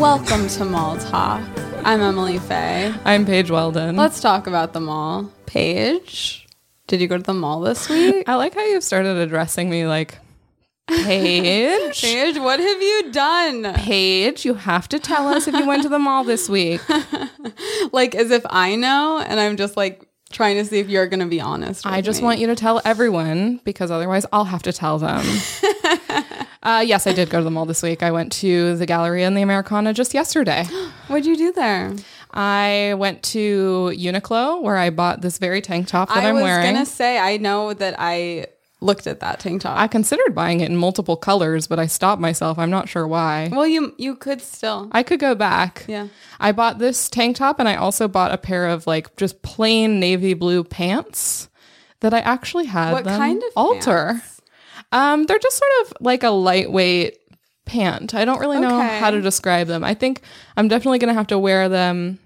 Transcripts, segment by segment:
Welcome to Mall Talk. I'm Emily Faye. I'm Paige Weldon. Let's talk about the mall. Paige, did you go to the mall this week? I like how you've started addressing me like Paige. Paige, what have you done? Paige, you have to tell us if you went to the mall this week. Like as if I know, and I'm just like trying to see if you're going to be honest. I just want you to tell everyone because otherwise I'll have to tell them. uh, yes, I did go to the mall this week. I went to the Galleria and the Americana just yesterday. What'd you do there? I went to Uniqlo where I bought this very tank top that I am was wearing. gonna say I know that I looked at that tank top. I considered buying it in multiple colors, but I stopped myself. I'm not sure why. well, you you could still. I could go back. Yeah. I bought this tank top and I also bought a pair of like just plain navy blue pants that I actually had What them kind of alter. Um they're just sort of like a lightweight pant. I don't really know Okay. how to describe them. I think I'm definitely going to have to wear them.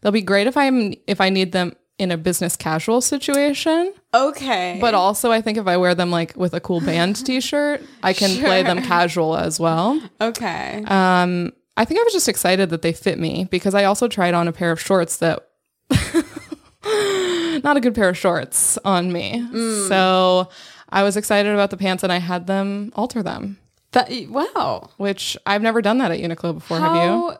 They'll be great if I'm if I need them in a business casual situation, Okay. but also I think if I wear them like with a cool band t-shirt, I can play them casual as well. okay. Um, I think I was just excited that they fit me because I also tried on a pair of shorts that not a good pair of shorts on me. Mm. So I was excited about the pants and I had them alter them, That- wow. which I've never done that at Uniqlo before. have you? How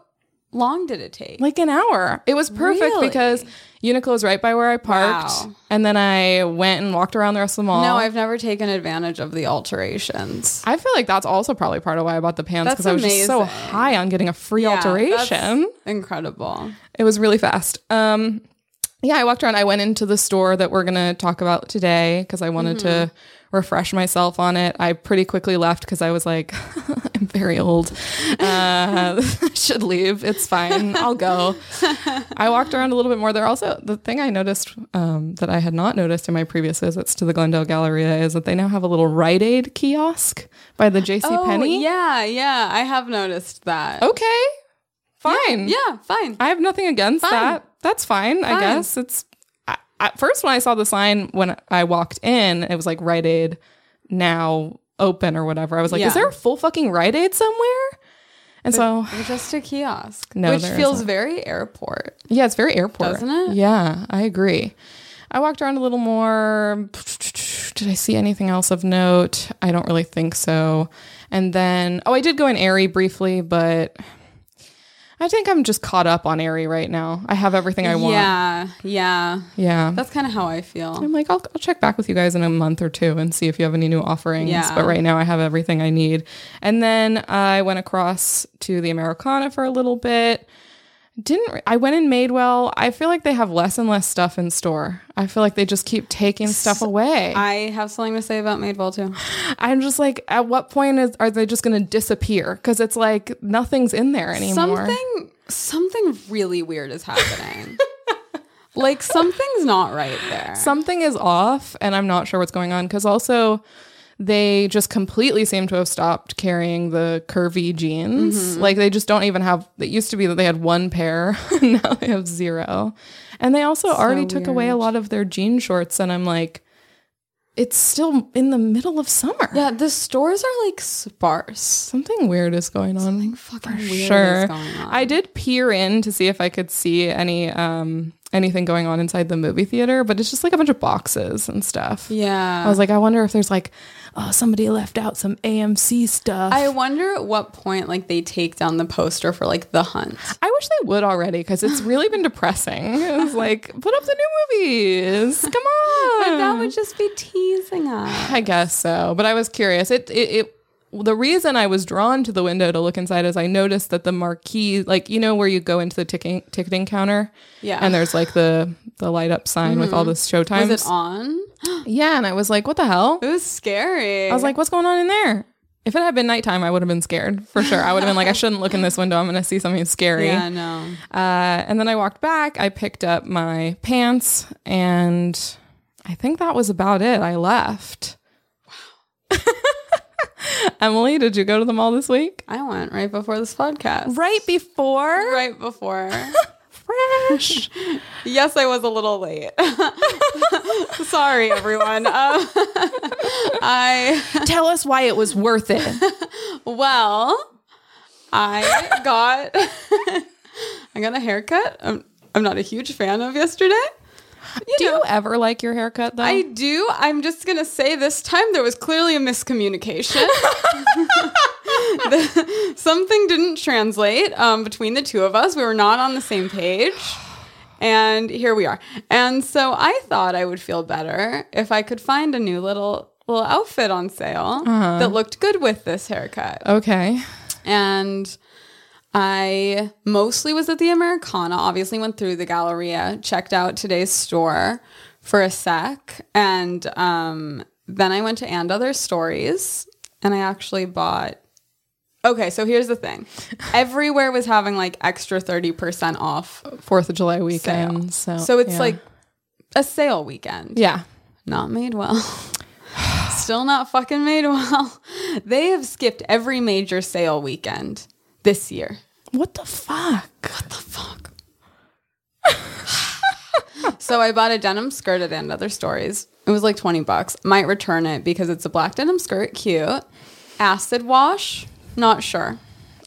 long did it take? Like an hour. It was perfect Really? because Uniqlo is right by where I parked. Wow. And then I went and walked around the rest of the mall. No, I've never taken advantage of the alterations. I feel like that's also probably part of why I bought the pants That's because I was just so amazing. high on getting a free alterration. incredible. It was really fast. Um, yeah, I walked around. I went into the store that we're going to talk about today because I wanted to Mm-hmm. refresh myself on it. I pretty quickly left because I was like, I'm very old. Uh, I should leave. It's fine. I'll go. I walked around a little bit more. There also, the thing I noticed um, that I had not noticed in my previous visits to the Glendale Galleria is that they now have a little Rite Aid kiosk by the JCPenney. Oh, Penney. yeah, yeah. I have noticed that. Okay. Oh, Fine. Yeah, fine. I have nothing against that. That's fine, I Fine. guess. It's I, at first when I saw the sign when I walked in, it was like Rite Aid now open or whatever. I was like, Yeah. is there a full fucking Rite Aid somewhere? And so, We're just a kiosk, No, which there feels isn't. very airport. yeah, it's very airport, Doesn't it? Yeah, I agree. I walked around a little more. Did I see anything else of note? I don't really think so. And then, oh, I did go in Airy briefly, but I think I'm just caught up on Airy right now. I have everything I want. Yeah, yeah. Yeah. That's kind of how I feel. I'm like, I'll, I'll check back with you guys in a month or two and see if you have any new offerings. Yeah. But right now, I have everything I need. And then I went across to the Americana for a little bit. Didn't re- I went in Madewell? I feel like they have less and less stuff in store. I feel like they just keep taking stuff away. I I, have something to say about Madewell too. am just like, at what point is are they just going to disappear? Because it's like nothing's in there anymore. Something, something really weird is happening. like something's not right there. something is off and i'm not sure what's going on because also they just completely seem to have stopped carrying the curvy jeans Mm-hmm. like they just don't even have it used to be that they had one pair now they have zero and they also already took away a lot of their jean shorts and i'm like it's still in the middle of summer yeah, the stores are like sparse. something weird is going on Fucking weird is sure. going on. I did peer in to see if I could see any um anything going on inside the movie theater, but it's just like a bunch of boxes and stuff. yeah. I was like, I wonder if there's like, oh, somebody left out some AMC stuff. I wonder at what point like they take down the poster for like the hunt. I wish they would already because it's really been depressing. It was like, put up the new movies. Come on. But that would just be teasing us. I guess so. But I was curious. It, it, it, the reason I was drawn to the window to look inside is I noticed that the marquee, like, you know, where you go into the ticking, ticketing counter Yeah. and there's like the, the light up sign with all the showtimes. Was it on? yeah. And I was like, what the hell? It was scary. I was like, what's going on in there? If it had been nighttime, I would have been scared for sure. I would have been like, I shouldn't look in this window. I'm going to see something scary. yeah, no. Uh, and then I walked back. I picked up my pants, and I think that was about it. I left. Wow. Emily, did you go to the mall this week? I went right before this podcast. Right before Right before. fresh. yes, I was a little late. Sorry, everyone. Um, I Tell us why it was worth it. well, I got I got a haircut. I'm I'm not a huge fan of yesterday. You Do know, you ever like your haircut though? I do. I'm just gonna say this time there was clearly a miscommunication. The- something didn't translate um, between the two of us. We were not on the same page. And here we are. And so I thought I would feel better if I could find a new little little outfit on sale that looked good with this haircut okay. and I mostly was at the Americana. Obviously, went through the Galleria, checked out today's store for a sec, and um, then I went to and other stories, and I actually bought. Okay, so here's the thing. Everywhere was having like extra 30% off. Fourth of July weekend. So So it's Oh, yeah. like a sale weekend Yeah. not made well. Still not fucking made well. They have skipped every major sale weekend this year. What the fuck? What the fuck? so I bought a denim skirt at End Other Stories. It was like 20 bucks. Might return it because it's a black denim skirt. Cute. Acid wash? Not sure.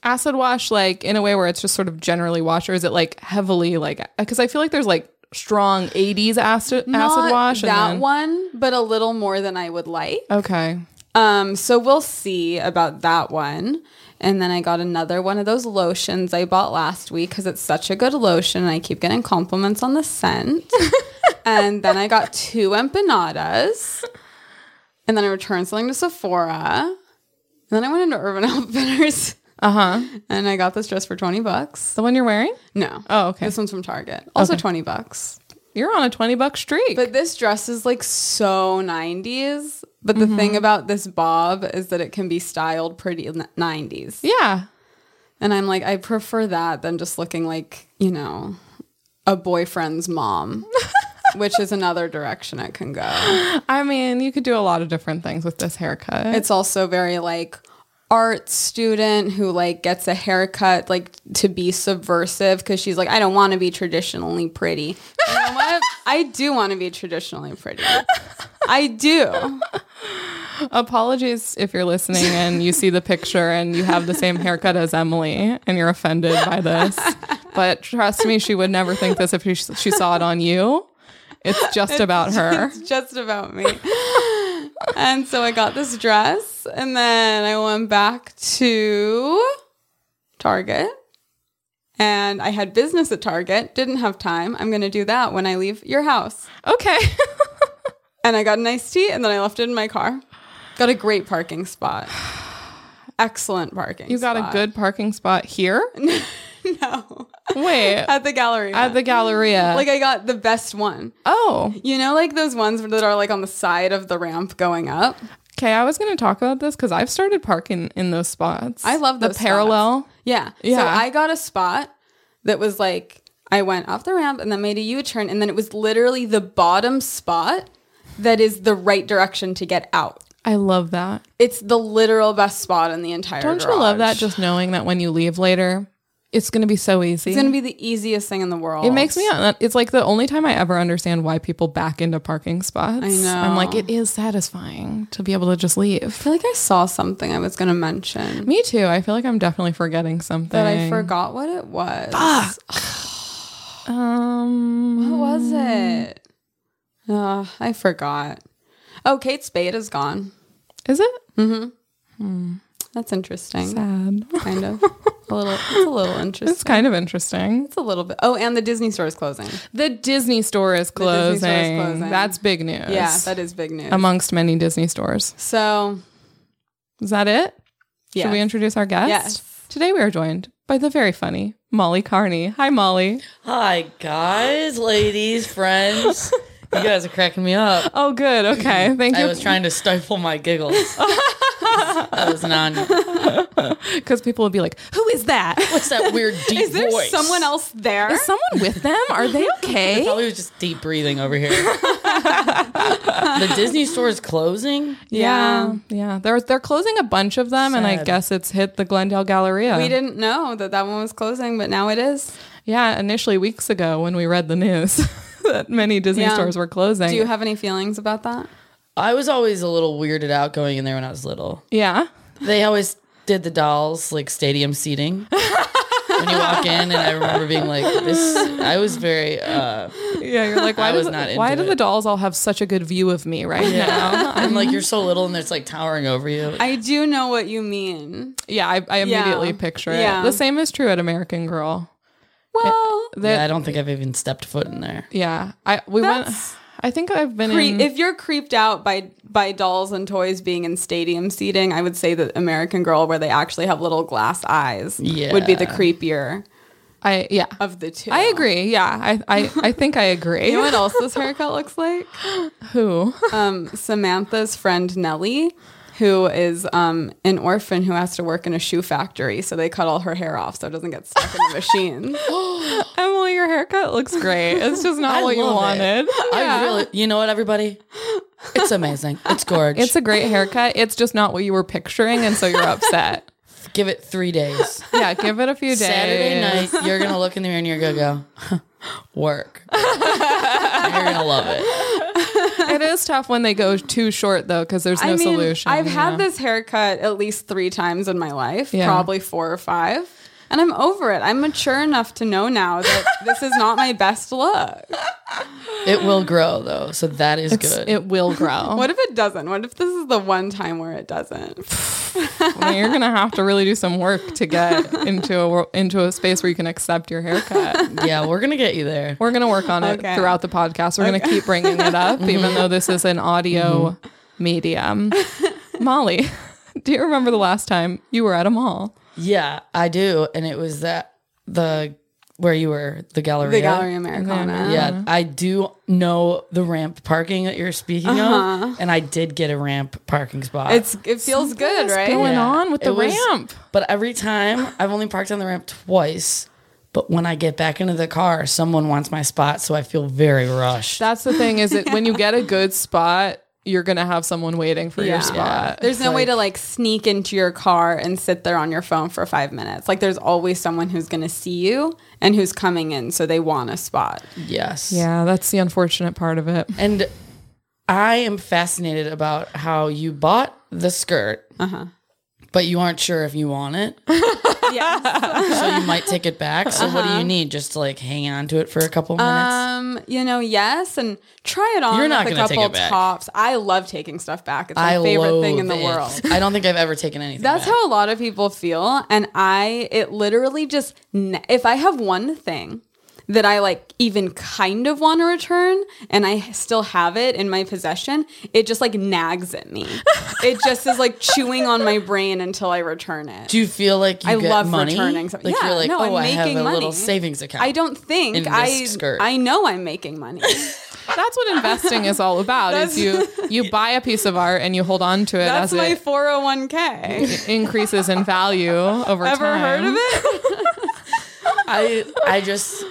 Acid wash like in a way where it's just sort of generally washed or is it like heavily like because I feel like there's like strong 80s acid acid Not wash and That then- one, but a little more than I would like. Okay. Um, so we'll see about that one. And then I got another one of those lotions I bought last week because it's such a good lotion and I keep getting compliments on the scent. and then I got two empanadas. And then I returned something to Sephora. And then I went into Urban Outfitters Uh-huh. and I got this dress for 20 bucks. The one you're wearing? No. Oh, okay. This one's from Target. Also 20 bucks. You're on a 20 buck streak. But this dress is like so 90s. But the thing about this bob is that it can be styled pretty n- 90s. yeah. And I'm like, I prefer that than just looking like, you know, a boyfriend's mom, which is another direction it can go. I mean, you could do a lot of different things with this haircut. It's also very like, art student who like gets a haircut like to be subversive because she's like i don't want to be traditionally pretty you know what i do want to be traditionally pretty i do Apologies if you're listening and you see the picture and you have the same haircut as Emily and you're offended by this. But trust me, she would never think this if she, she saw it on you. It's just about her. It's just about me. and so I got this dress, and then I went back to Target. And I had business at Target, didn't have time. I'm going to do that when I leave your house. Okay. And I got an iced tea, and then I left it in my car. Got a great parking spot. Excellent parking. You got a good parking spot here? good no Wait. at the gallery. At the Galleria. like I got the best one. oh. You know, like those ones that are like on the side of the ramp going up. Okay, I was going to talk about this cuz I've started parking in those spots. I love the those parallel. Yeah. So Yeah. I got a spot that was like I went off the ramp and then made a U turn and then it was literally the bottom spot that is the right direction to get out. I love that. It's the literal best spot in the entire. Don't you love that garage. just knowing that when you leave later, it's going to be so easy. It's gonna be the easiest thing in the world. It makes me. It's like the only time I ever understand why people back into parking spots. I know. I'm like, it is satisfying to be able to just I leave. feel like I saw something I was gonna mention, Me too. I feel like I'm definitely forgetting something. but I forgot what it was. Um. What was it? Uh, I forgot. Oh, Kate Spade is gone. Is it That's interesting. sad? Kind of. a little. It's a little interesting. It's kind of interesting. It's a little bit. Oh, and the Disney store is closing. The Disney store is Disney closing. store is closing. That's big news. Yeah, that is big news. amongst many Disney stores. so, Is that it? yeah. Should we introduce our guest? Yes. Today we are joined by the very funny Molly Carney. Hi, Molly. Hi, guys, ladies, friends. You guys are cracking me up. Oh, good. Okay. Thank I you. was trying to stifle my giggles. That was not. Because people would be like, "Who is that? What's that weird deep is there voice? someone else there? Is someone with them? Are they okay? Probably was just deep breathing over here. the Disney store is closing. yeah, yeah. They're they're closing a bunch of them, and I Sad. guess it's hit the Glendale Galleria. We didn't know that that one was closing, but now it is. Yeah, initially weeks ago when we read the news that many Disney Yeah. stores were closing. Do you have any feelings about that? I was always a little weirded out going in there when I was little. yeah. They always did the dolls like stadium seating. when you walk in, and I remember being like, "This." I was very. uh Yeah, you're like, why I does was not into why do the it. dolls all have such a good view of me right now? I'm like, you're so little, and it's like towering over you. I do know what you mean. Yeah, I, I immediately picture it. Yeah. The same is true at American Girl. Well, That- yeah, I don't think I've even stepped foot in there. yeah, I we That's- went. I think I've been cre- in. if you're creeped out by by dolls and toys being in stadium seating, I would say that American Girl, where they actually have little glass eyes, would be the Yeah. creepier I yeah. of the two. I agree. Yeah, I I, I think I agree. You know what else this haircut looks like? Who? Um, Samantha's friend Nellie, who is um, an orphan who has to work in a shoe factory, so they cut all her hair off so it doesn't get stuck in the machine. Emily, your haircut looks great. It's just not I what you love wanted. it. Yeah. I really, you know what, everybody? It's amazing. It's gorgeous. It's a great haircut. It's just not what you were picturing, and so you're upset. Give it three days. Yeah, give it a few days. Saturday night, you're gonna look in the mirror and you're gonna go, "Huh, work. And you're gonna love it. It is tough when they go too short though, because there's no I mean, solution. I've had yeah. this haircut at least three times in my life, Yeah. probably four or five. And I'm over it. I'm mature enough to know now that this is not my best look. It will grow though, so that is good. It will grow. What if it doesn't? What if this is the one time where it doesn't? I mean, you're gonna have to really do some work to get into a wor- into a space where you can accept your haircut. yeah, we're gonna get you there. We're gonna work on it Okay. throughout the podcast. We're gonna keep bringing it up, even though this is an audio medium. Molly, do you remember the last time you were at a mall? Yeah, I do, and it was that the where you were the gallery. The Gallery Americana. Uh-huh. Yeah, I do know the ramp parking that you're speaking Uh-huh. of, and I did get a ramp parking spot. It's it feels good, What's right? going on with It the was- ramp? But every time I've only parked on the ramp twice. But when I get back into the car, someone wants my spot, so I feel very rushed. That's the thing. Is it when you get a good spot, you're gonna have someone waiting for Yeah. your spot. There's no way to like sneak into your car and sit there on your phone for five minutes. Like there's always someone who's going to see you and who's coming in, so they want a spot. yes. Yeah, that's the unfortunate part of it. And I am fascinated about how you bought the skirt, Uh-huh. but you aren't sure if you want it. Yeah. So you might take it back. So what Uh-huh. do you need? Just to like hang on to it for a couple minutes? Um, you know, yes, and try it on You're not with a gonna take couple it back. tops. I love taking stuff back. It's my I favorite loathe thing in the it. world. I don't think I've ever taken anything. That's back. how a lot of people feel. And I, it literally just, ne- if I have one thing that I like even kind of want to return and I still have it in my possession, it just like nags at me. it just is like chewing on my brain until I return it. Do you feel like you I get love money? returning something. Like Yeah, you're like, no, I'm oh, I have a making money. little savings account. I don't think In this I skirt. I know I'm making money. That's what investing is all about. is you you buy a piece of art and you hold on to it That's as my it 401k. increases in value over Ever time. heard of it? I I just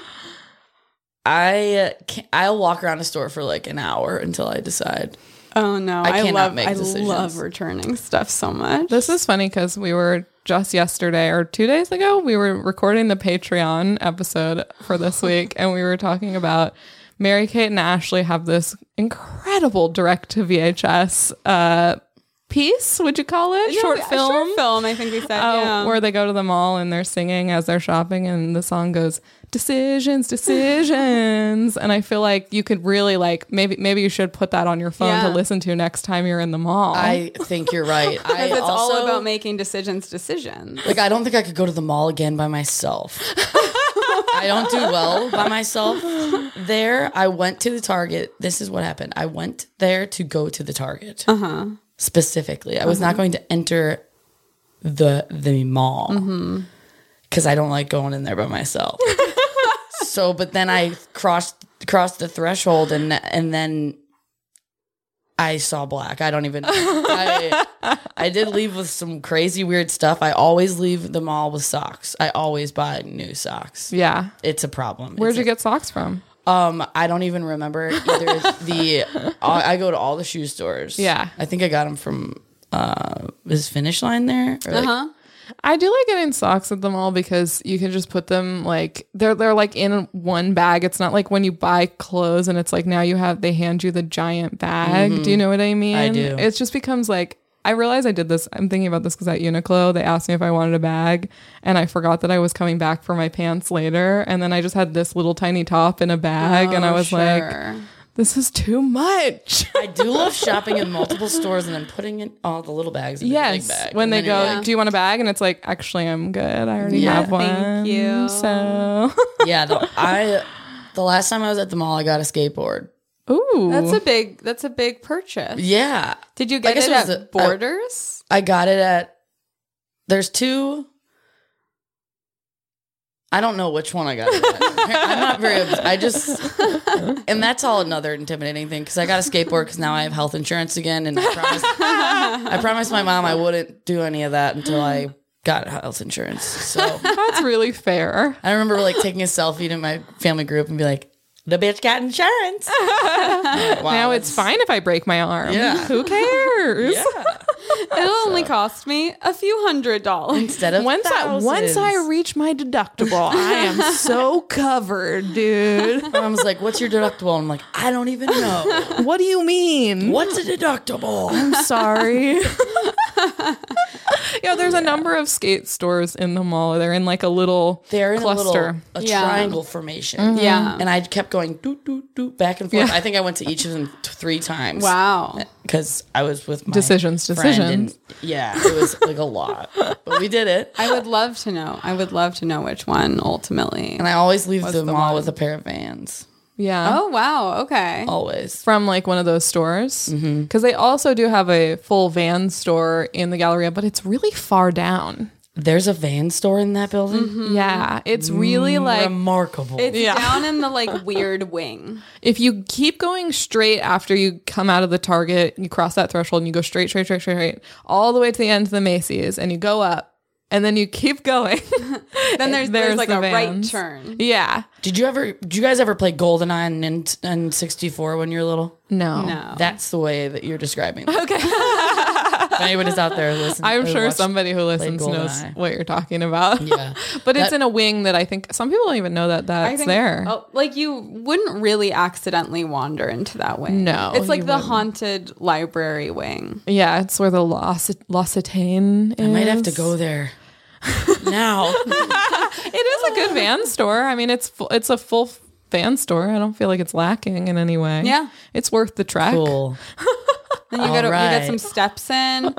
I can't, I'll walk around a store for like an hour until I decide. Oh no, I, cannot love make I decisions. love returning stuff so much. This is funny because we were just yesterday or two days ago we were recording the Patreon episode for this week and we were talking about Mary Kate and Ashley have this incredible direct to VHS uh, piece. Would you call it Yeah, short we- a film? Short film, I think we said. Oh, yeah. where they go to the mall and they're singing as they're shopping, and the song goes "Decisions, decisions." and I feel like you could really like maybe maybe you should put that on your phone to Yeah. listen to next time you're in the mall. I think you're right. I Because it's also, all about making decisions, decisions. Like I don't think I could go to the mall again by myself. I don't do well by myself. There, I went to the Target. This is what happened. I went there to go to the Target. Uh-huh. Specifically, I was not going to enter the the mall because I don't like going in there by myself. so, but then I crossed crossed the threshold, and and then I saw black. I don't even. I, I did leave with some crazy weird stuff. I always leave the mall with socks. I always buy new socks. yeah. It's a problem. Where'd It's you get socks from? a- um, I don't even remember either. the I I go to all the shoe stores. Yeah. I think I got them from uh, is Finish Line there? Or like- Uh-huh. huh? I do like getting socks at the mall because you can just put them like they're they're like in one bag. It's not like when you buy clothes and it's like now you have they hand you the giant bag. Do you know what I mean? do. It just becomes like I realized I did this. I'm thinking about this because at Uniqlo, they asked me if I wanted a bag, and I forgot that I was coming back for my pants later. And then I just had this little tiny top in a bag, and I was like, this is too much. I do love shopping in multiple stores and then putting in all the little bags. In yes. the big bag. When And they then you're go, like, do you want a bag? And it's like, actually, I'm good. I already Yeah, have one. thank you. So, yeah, the, I the last time I was at the mall, I got a skateboard. ooh. that's a big that's a big purchase. Yeah, Did you get guess it it at was a- I- Borders? I got it at. There's two. I don't know which one I got. It at. I'm not very. I just, and that's all another intimidating thing because I got a skateboard because now I have health insurance again, and I promised, I promised my mom I wouldn't do any of that until I got health insurance. So that's really fair. I remember like taking a selfie to my family group and be like, "The bitch got insurance." Wow, now it's that's- fine if I break my arm. Yeah. Who cares? It'll only cost me a few hundred dollars. Instead of Once I once I thousands. reach my deductible, I am so covered, dude. my mom's like, "What's your deductible?" And I'm like, "I don't even know." What do you mean? What's a deductible? I'm sorry. yeah, there's a number of skate stores in the mall. They're in like a little They're in cluster. a little a Yeah. Mm-hmm. triangle formation. Yeah. Mm-hmm. And I kept going doot doot doot back and forth. I think I went to each of them t- three times. Wow. Because I was with my Decisions, friend and- decisions. yeah, it was like a lot, but we did it. I would love to know. I would love to know which one ultimately. And I always leave the, the mall one? with a pair of Vans. yeah. Oh wow. Okay. Always. From like one of those stores, because Mm-hmm. they also do have a full van store in the Galleria, but it's really far down. There's a van store in that building. Mm-hmm. Yeah, it's really like Remarkable. It's down in the like weird wing. if you keep going straight after you come out of the Target, you cross that threshold and you go straight, straight, straight, straight, straight, all the way to the end of the Macy's, and you go up, and then you keep going. Then there's there's, There's like the a right vans. turn. yeah, did you ever? Did you guys ever play GoldenEye and Nin- and 64 when you were little? no, No. That's the way that you're describing. It. okay. If anybody's out there listening, I'm or sure watching- somebody who listens knows GoldenEye. what you're talking about. Yeah. but it's in a wing that I think some people don't even know that that's I think- there. Oh, like you wouldn't really accidentally wander into that wing. No, It's like you the haunted library wing. Yeah, it's where the L'Occitane L'Occitane is. I might have to go there now. It is a good van store. I mean, it's fu- it's a full van store. I don't feel like it's lacking in any way. Yeah. it's worth the trek. cool. Then you got to you get right. some steps in.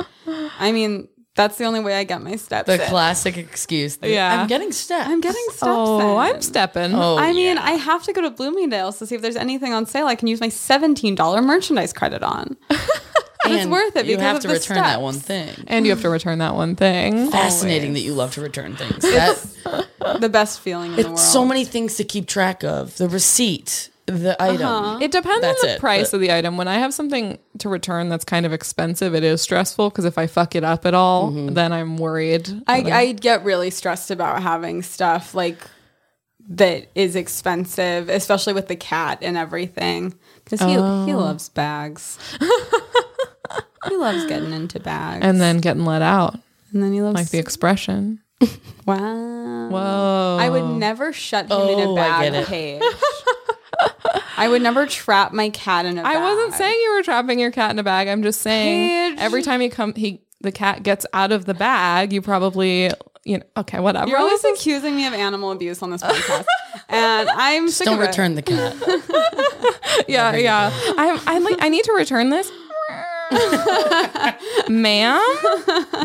I mean, that's the only way I get my steps. The in. classic excuse. that, Yeah. I'm getting steps. I'm getting steps Oh, in. I'm stepping. Oh, I mean, I have to go to Bloomingdale's to see if there's anything on sale I can use my $17 merchandise credit on. and it's worth it You because have of to the return that steps. one thing. And you have to return that one thing. Fascinating that you love to return things. That, the best feeling in the world. so many things to keep track of. The receipt, the Uh-huh. item. It depends That's on the it, price but- of the item. When I have something to return that's kind of expensive, it is stressful because if I fuck it up at all, Mm-hmm. then I'm worried. I, I get really stressed about having stuff like that is expensive, especially with the cat and everything. Because he, Oh. he loves bags. he loves getting into bags. And, and then getting let out, then he loves. like the expression. wow. Whoa. I would never shut him in a Oh, I bag get it. cage. I would never trap my cat in a bag. I wasn't saying you were trapping your cat in a bag. I'm just saying Paige. every time he come he the cat gets out of the bag, you probably you know okay, whatever. You're always accusing me of animal abuse on this podcast. and I'm sick Don't of it. return the cat. yeah, yeah. I I like I need to return this. Ma'am,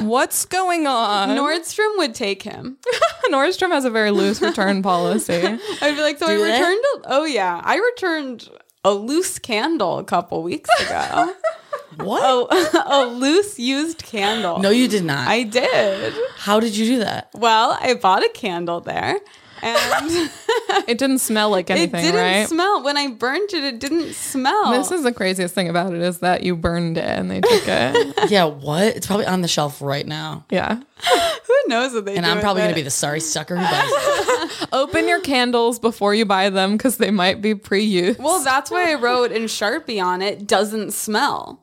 what's going on? Nordstrom would take him. Nordstrom has a very loose return policy. I'd be like, so I Do they? returned. A, oh yeah, I returned a loose candle a couple weeks ago. what? a, a loose used candle. No, you did not. Oh. I did. How did you do that? Well, I bought a candle there, and It didn't smell like it anything, didn't right? smell. When I burned it, it didn't smell. this is the craziest thing about it is that you burned it and they took it. Yeah, what? It's probably on the shelf right now. yeah. who knows what they. And do I'm with probably going it. to be the sorry sucker who buys it. Open your candles before you buy them because they might be pre-used. Well, that's why I wrote in Sharpie on it doesn't smell,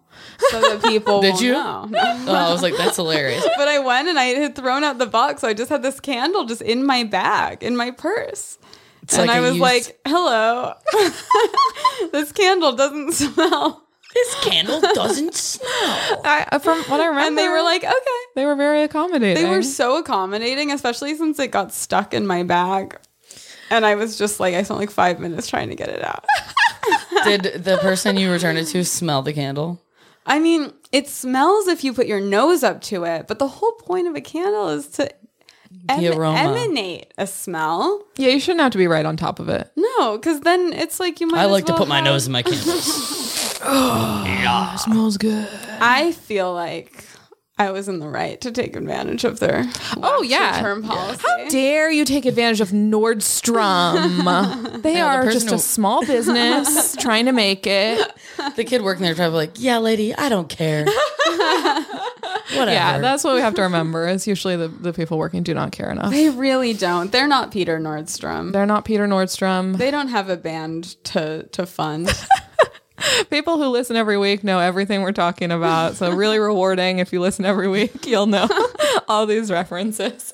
so that people Did will you? know. Oh, I was like, that's hilarious. But I went and I had thrown out the box, so I just had this candle just in my bag, in my purse. It's and like I a was used- like, "Hello, this candle doesn't smell." This candle doesn't smell. I, from what I remember, And they were like, okay. they were very accommodating. They were so accommodating, especially since it got stuck in my bag. And I was just like, I spent like five minutes trying to get it out. Did the person you returned it to smell the candle? I mean, it smells if you put your nose up to it, but the whole point of a candle is to em- aroma. emanate a smell. yeah, you shouldn't have to be right on top of it. No, because then it's like you might. I as like to well put my have- nose in my candles. smells good. I feel like I was in the right to take advantage of their Oh yeah. term policy. How dare you take advantage of Nordstrom? they are person just who- a small business trying to make it. the kid working there probably like, yeah, lady, I don't care. Whatever. Yeah, that's what we have to remember. Is usually the, the people working do not care enough. they really don't. They're not Peter Nordstrom. They're not Peter Nordstrom. They don't have a band to to fund. People who listen every week know everything we're talking about. So really rewarding if you listen every week, you'll know all these references.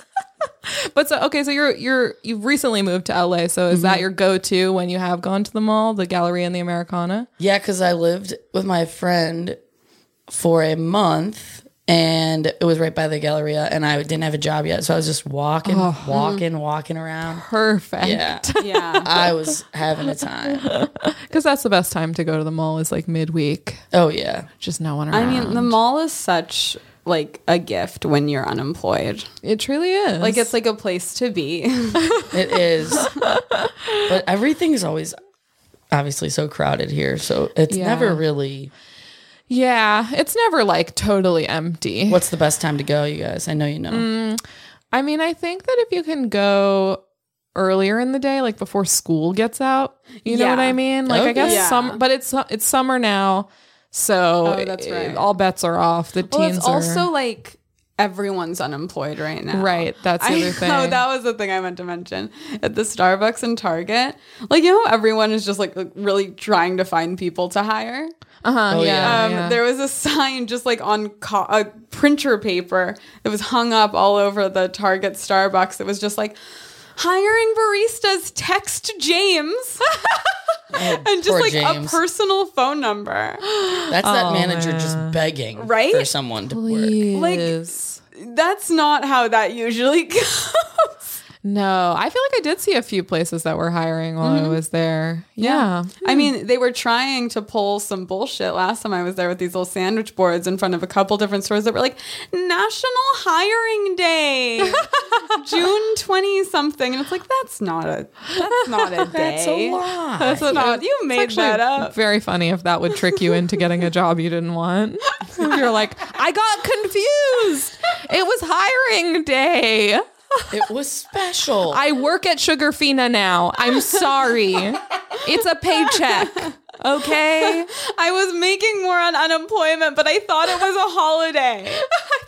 but so okay, so you're you're you've recently moved to LA. So is Mm-hmm. that your go-to when you have gone to the mall, the Galleria and the Americana? Yeah, because I lived with my friend for a month and it was right by the Galleria and I didn't have a job yet. So I was just walking, walking, walking around. Perfect. Yeah. yeah. I was having a time. Because that's the best time to go to the mall is like midweek. Oh, yeah. Just no one I around. mean, the mall is such like a gift when you're unemployed. it truly is. Like it's like a place to be. It is. but everything's always obviously so crowded here. So it's Yeah. never really. yeah, it's never like totally empty. What's the best time to go, you guys? I know you know. Mm. I mean, I think that if you can go earlier in the day, like before school gets out, you know Yeah. what I mean? Like I Okay. guess Yeah. some, but it's it's summer now, so Oh, that's it- right. all bets are off. The well, teens it's are also like everyone's unemployed right now. right. That's the I other thing. know that was the thing I meant to mention at the Starbucks and Target. Like you know, how everyone is just like really trying to find people to hire. uh-huh, Oh, yeah. yeah. Um, yeah. There was a sign just like on co- a printer paper that was hung up all over the Target Starbucks. It was just like hiring baristas. Text James Oh, and just poor like James. a personal phone number. That's Oh, that manager just begging Right? for someone to work. like- Please. That's not how that usually goes. no, I feel like I did see a few places that were hiring while Mm-hmm. I was there. Yeah. I mean, they were trying to pull some bullshit last time I was there with these little sandwich boards in front of a couple different stores that were like, National Hiring Day, June 20 something. And it's like, that's not a, that's not a day. That's a lot. That's not, you made Actually, that up. very funny if that would trick you into getting a job you didn't want. If You're like, I got confused. It was hiring day. It was special. I work at Sugarfina now. I'm sorry. It's a paycheck. Okay. I was making more on unemployment, but I thought it was a holiday.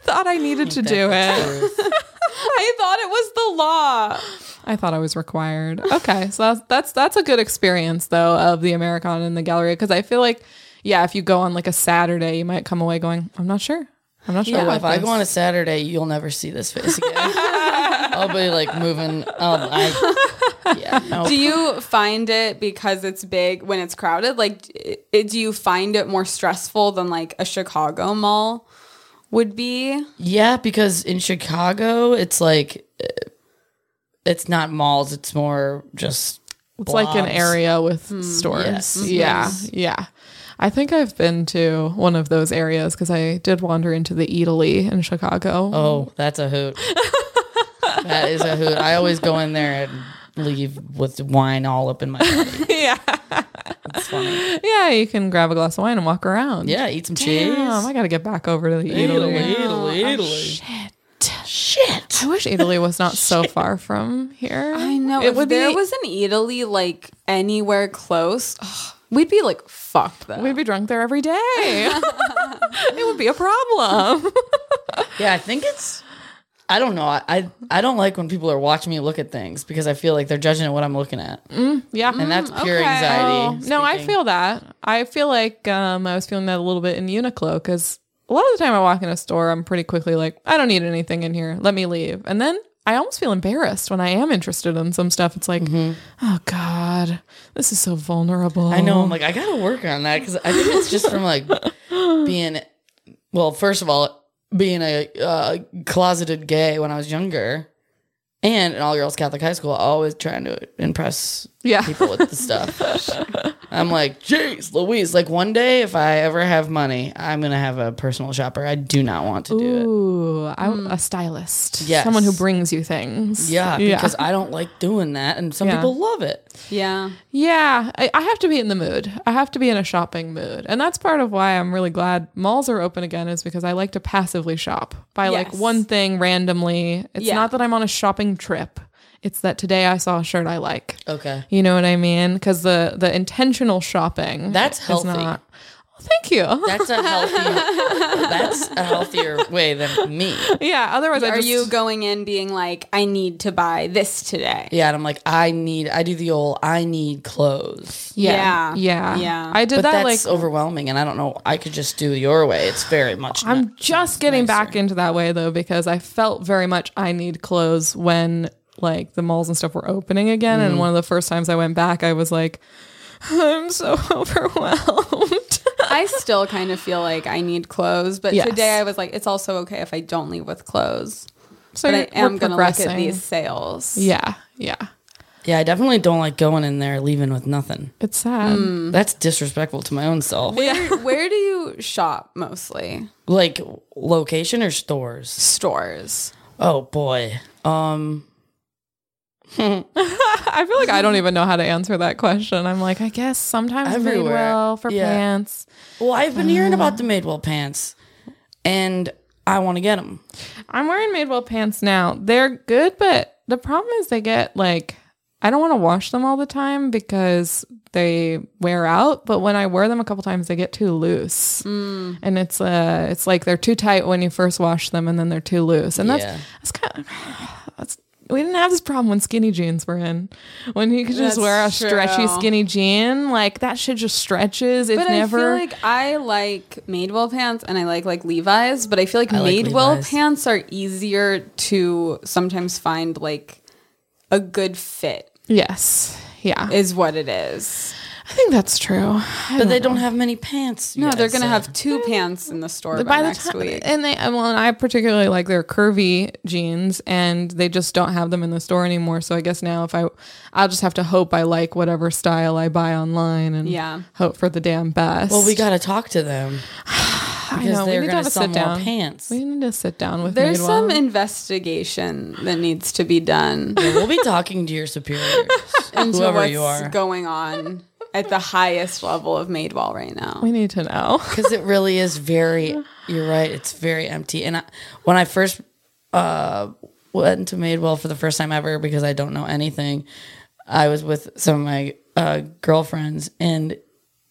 Thought I needed to do it. I thought it was the law. I thought I was required. Okay. So that's that's, that's a good experience though of the Americana and the Galleria because I feel like yeah, if you go on like a Saturday, you might come away going, I'm not sure. I'm not sure. Oh, about if I this." go on a Saturday, you'll never see this face again. I'll be like moving. Um, I, yeah, no. Do you find it because it's big when it's crowded? Like, i- do you find it more stressful than like a Chicago mall would be? yeah, because in Chicago, it's like uh, it's not malls; it's more just It's like an blobs. area with Hmm. stores. Yes. Yeah. Yeah. I think I've been to one of those areas because I did wander into the Italy in Chicago. Oh, that's a hoot. that is a hoot. I always go in there and leave with wine all up in my body. yeah. It's Oh. funny. Yeah. You can grab a glass of wine and walk around. Yeah, eat some cheese. Damn, I got to get back over to the Italy. Italy, Italy, Oh, Italy. Shit. I wish Italy was not so far from here. I know. It if would there be. was an Italy like anywhere close, ugh, we'd be like fucked though. We'd be drunk there every day. it would be a problem. Yeah, I think it's. I don't know. I, I I don't like when people are watching me look at things because I feel like they're judging what I'm looking at, yeah. and that's pure okay. anxiety. Oh, No, I speaking. feel that. I feel like um, I was feeling that a little bit in Uniqlo because a lot of the time I walk in a store, I'm pretty quickly like, I don't need anything in here. Let me leave. And then I almost feel embarrassed when I am interested in some stuff. It's like, oh God, God, this is so vulnerable. Mm-hmm. I know. I'm like, I gotta work on that because I think it's just from like being, well, first of all, being a uh, closeted gay when I was younger, and an all girls Catholic high school, always trying to impress Yeah. people with the stuff. I'm like, jeez, Louise. Like one day, if I ever have money, I'm gonna have a personal shopper. I do not want to do it. Ooh, I, a stylist. Hmm. Yes. Someone who brings you things. Yeah, Yeah. because I don't like doing that, and some Yeah. people love it. Yeah. Yeah, I, I have to be in the mood. I have to be in a shopping mood. And that's part of why I'm really glad malls are open again is because I like to passively shop. Buy like Yes. one thing randomly. It's Yeah. not that I'm on a shopping trip. It's that today I saw a shirt I like. Okay, You know what I mean? Cuz the the intentional shopping That's is healthy. not- Well, thank you. that's a healthier. that's a healthier way than me. yeah, otherwise I Are just you going in being like, I need to buy this today? Yeah, and I'm like, I need. I do the old. I need clothes. Yeah. yeah, yeah. Yeah. I did But that like that's overwhelming, and I don't know. I could just do your way. It's very much. I'm just getting back into that way though because I felt very much I need clothes when like the malls and stuff were opening again Mm-hmm. and one of the first times I went back I was like I'm so overwhelmed. I still kind of feel like I need clothes, but Yes. today I was like, it's also okay if I don't leave with clothes. so but I you're- am we're going to look at progressing. these sales. Yeah, yeah. yeah, I definitely don't like going in there leaving with nothing. It's sad. Mm. That's disrespectful to my own self. Where, where do you shop mostly? Like location or stores. Stores. Oh boy. Um. I feel like I don't even know how to answer that question. I'm like, I guess sometimes Everywhere. Madewell for Yeah. pants. Well, I've been hearing about the Madewell pants, and I want to get them. I'm wearing Madewell pants now. They're good, but the problem is they get like I don't want to wash them all the time because they wear out. But when I wear them a couple times, they get too loose, Mm. and it's uh, it's like they're too tight when you first wash them, and then they're too loose, and that's Yeah. that's kind of that's. We didn't have this problem when skinny jeans were in. When you could just That's wear a stretchy true. skinny jean, like that shit just stretches. It's But never I feel like I like Madewell pants and I like like Levi's, but I feel like like Madewell Levi's. pants are easier to sometimes find like a good fit yes, yeah. is what it is. I think that's true. I But they don't have many pants. you No, they're guys going to said. have two pants in the store by, by the next time, week. and they well, and I particularly like their curvy jeans, and they just don't have them in the store anymore. So I guess now if I, I'll just have to hope I like whatever style I buy online, and Yeah. hope for the damn best. Well, we got to talk to them I because know, we they're need to going have to a sell more sit-down. pants. We need to sit down with. There's Madewell. some investigation that needs to be done we'll be talking to your superiors, into whoever what's you are. going on at the highest level of Madewell right now. we need to know. because it really is very you're right it's very empty and I, when i first uh went to madewell for the first time ever because i don't know anything i was with some of my uh girlfriends and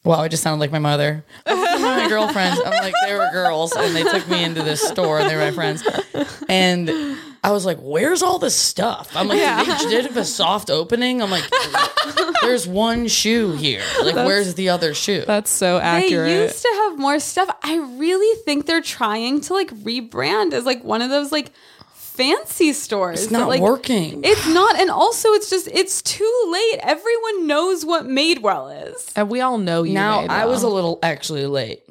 wow i just sounded like my mother I was with one of my girlfriends i'm like they were girls and they took me into this store and they were my friends and I was like, "Where's all this stuff?" I'm like, "Did they did have a soft opening?" I'm like, "There's one shoe here. Like, where's the other shoe?" That's so accurate. They used to have more stuff. I really think they're trying to like rebrand as like one of those like fancy stores. It's that, not like, working. It's not, and also it's just it's too late. Everyone knows what Madewell is. and we all know you. Now I Madewell. was a little actually late.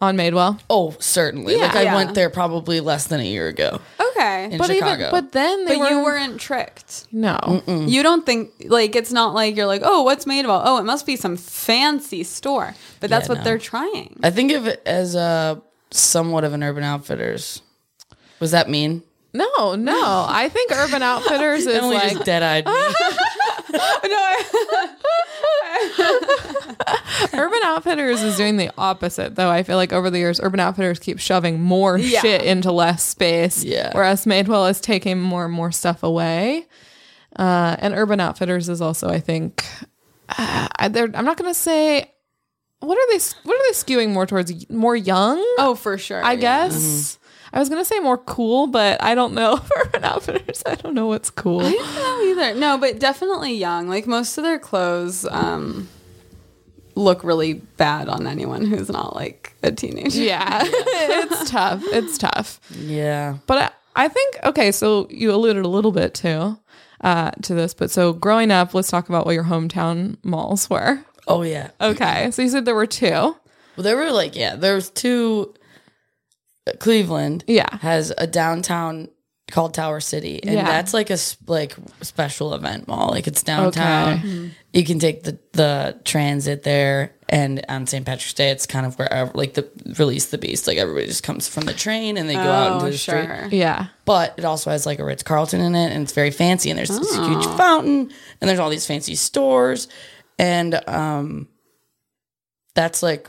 on Madewell. Oh, certainly. like I Yeah. went there probably less than a year ago. Okay, In but, Chicago. but then they but were, you weren't tricked. no. You don't think like it's not like you're like oh what's Madewell? Oh it must be some fancy store. But that's what no. they're trying. I think of it as a somewhat of an Urban Outfitters. Was that mean? No, no. I think Urban Outfitters is Emily like just dead eyed. Urban Outfitters is doing the opposite, though. I feel like over the years, Urban Outfitters keep shoving more Yeah. shit into less space. Yeah. Whereas Madewell is taking more and more stuff away. Uh, and Urban Outfitters is also, I think, uh, I- they're, I'm not going to say what are they s- what are they skewing more towards more young? oh for sure. I guess. I was gonna say more cool, but I don't know. Urban Outfitters, I don't know what's cool. I don't know either. No, but definitely young. Like most of their clothes um, look really bad on anyone who's not like a teenager. yeah, it's tough. It's tough. yeah. But I, I think okay, so you alluded a little bit to uh, to this. But so growing up, let's talk about what your hometown malls were. Oh yeah. Okay. So you said there were two. Well, there were like yeah, there was two. uh, Cleveland Yeah. has a downtown called Tower City, and Yeah. that's like a s- like special event mall. Like it's downtown. Okay. You can take the the transit there, and on St. Patrick's Day, it's kind of where like the release the beast. Like everybody just comes from the train and they go out into Oh, the street. sure. Yeah. But it also has like a Ritz Carlton in it, and it's very fancy. And there's this huge fountain, and there's all these fancy stores, and um, that's like,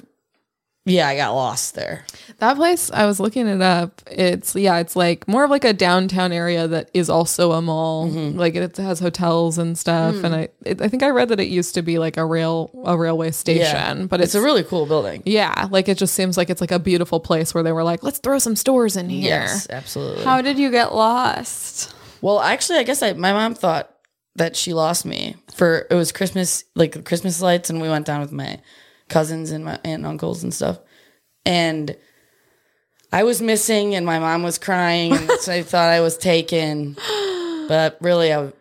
yeah, I got lost there. That place, I was looking it up. It's yeah, it's like more of like a downtown area that is also a mall. Mm-hmm. Like it has hotels and stuff. Hmm. And I, it, I think I read that it used to be like a rail, a railway station. But it's, It's a really cool building. yeah, like it just seems like it's like a beautiful place where they were like, let's throw some stores in here. Yes, absolutely. How did you get lost? Well, actually, I guess I my mom thought that she lost me for it was Christmas, like the Christmas lights, and we went down with my cousins and my aunt and uncles and stuff, and I was missing, and my mom was crying, and so I thought I was taken, but really, I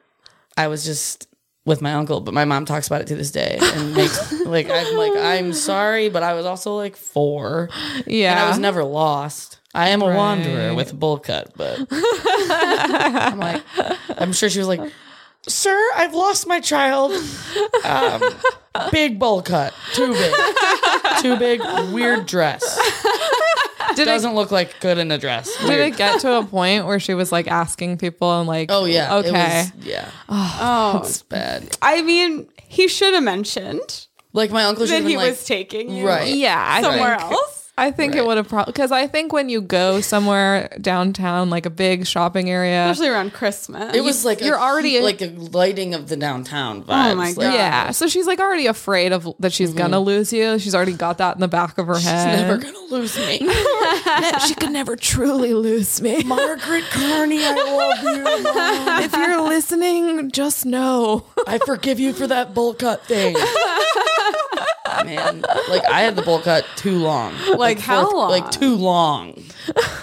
I was just with my uncle. But my mom talks about it to this day, and makes like I'm like I'm sorry, but I was also like four, Yeah. and I was never lost. I am a wanderer with a bowl cut, but I'm like, I'm sure she was like, "Sir, I've lost my child. Um, big bowl cut, too big, too big. Weird dress. Did it- Doesn't look like good in a dress. Did Weird. it get to a point where she was like asking people and like, Oh yeah. it okay, was- yeah. Oh, It's bad. I mean, he should have mentioned Like my uncle should that have been he like, was taking you right. yeah, I somewhere think- else. I think it Right. would have probably because I think when you go somewhere downtown, like a big shopping area, Especially around Christmas. It was like a you're already- Oh heat- like the lighting of the downtown vibes. my Like, God. yeah. So she's like already afraid of that she's gonna lose you. She's already got that in the back of her head. Mm-hmm. She's never gonna lose me. she could never truly lose me. Margaret Carney, I love you. Mom. if you're listening, just know. I forgive you for that bowl cut thing. Man, like I had the bowl cut too long. Like, how fourth- long? Like too long.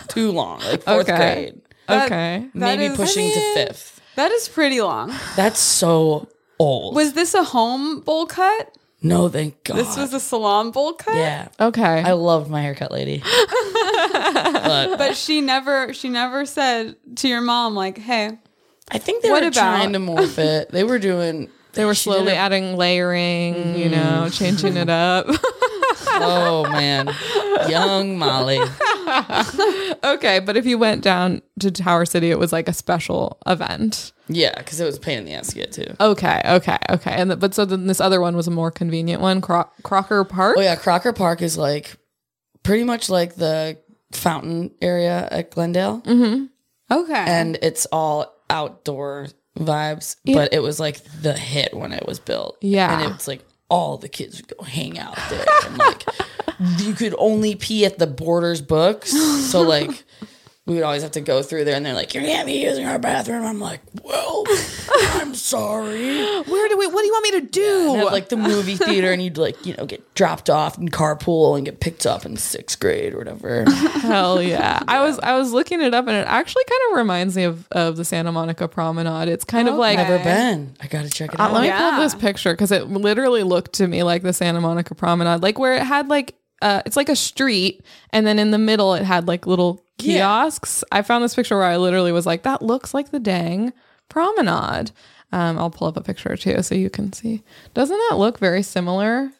Too long. Like fourth Okay. grade. Okay. That Maybe is- pushing I mean- to fifth. that is pretty long. That's so old. Was this a home bowl cut? no, thank God. This was a salon bowl cut? yeah. Okay. I loved my haircut lady. but, But she never she never said to your mom like, "Hey, I think they What were about- trying to morph it. They were doing they were she did slowly it- adding layering, Mm-hmm. you know, changing it up. Oh man. Young Molly. okay, but if you went down to Tower City, it was like a special event. Yeah, because it was a pain in the ass to get to. Okay, okay, okay. And the, but so then this other one was a more convenient one, Cro- Crocker Park. Oh yeah, Crocker Park is like pretty much like the fountain area at Glendale, okay." and it's all outdoor vibes. But it was like the hit when it was built. Yeah. and it's like all the kids would go hang out there, and like you could only pee at the Borders books. So like. We would always have to go through there, and they're like, "You can't be using our bathroom." I'm like, "Well, I'm sorry." Where do we? What do you want me to do? And at, like the movie theater, and you'd like you know get dropped off in carpool and get picked up in sixth grade or whatever. Hell yeah! I was I was looking it up, and it actually kind of reminds me of of the Santa Monica Promenade. It's kind of like. Okay. Oh, Never been. I gotta check it Uh, out. let me pull Oh, Yeah. up this picture because it literally looked to me like the Santa Monica Promenade, like where it had like uh, it's like a street, and then in the middle it had like little kiosks. I found this picture where I literally was like, "That looks like the dang promenade." Um, I'll pull up a picture too so you can see. Doesn't that look very similar?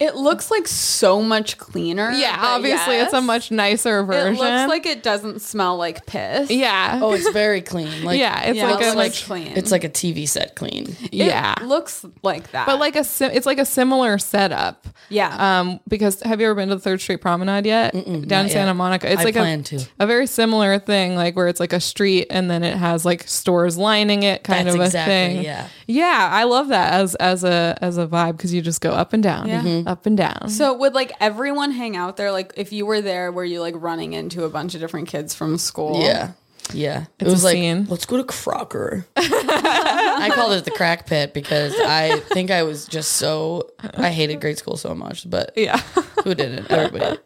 it looks like so much cleaner. Yeah, but obviously it's a yes. much nicer version. It looks like it doesn't smell like piss. yeah, oh, it's very clean. Like, yeah, it's yeah, like it a looks like clean. It's like a TV set clean. yeah. It looks like that. but like a sim- it's like a similar setup. Yeah. Um, because have you ever been to the Third Street Promenade yet? Down in yet. Santa Monica, it's I like plan a, to. a very similar thing, like where it's like a street and then it has like stores lining it, kind That's of a exactly, thing. yeah. yeah, I love that as as a as a vibe because you just go up and down, Yeah. up and down. So would like everyone hang out there? Like if you were there, were you like running into a bunch of different kids from school? Yeah, yeah. It's it was a like scene. let's go to Crocker. I called it the crack pit because I think I was just so I hated grade school so much, but yeah, Oh, who didn't? Everybody.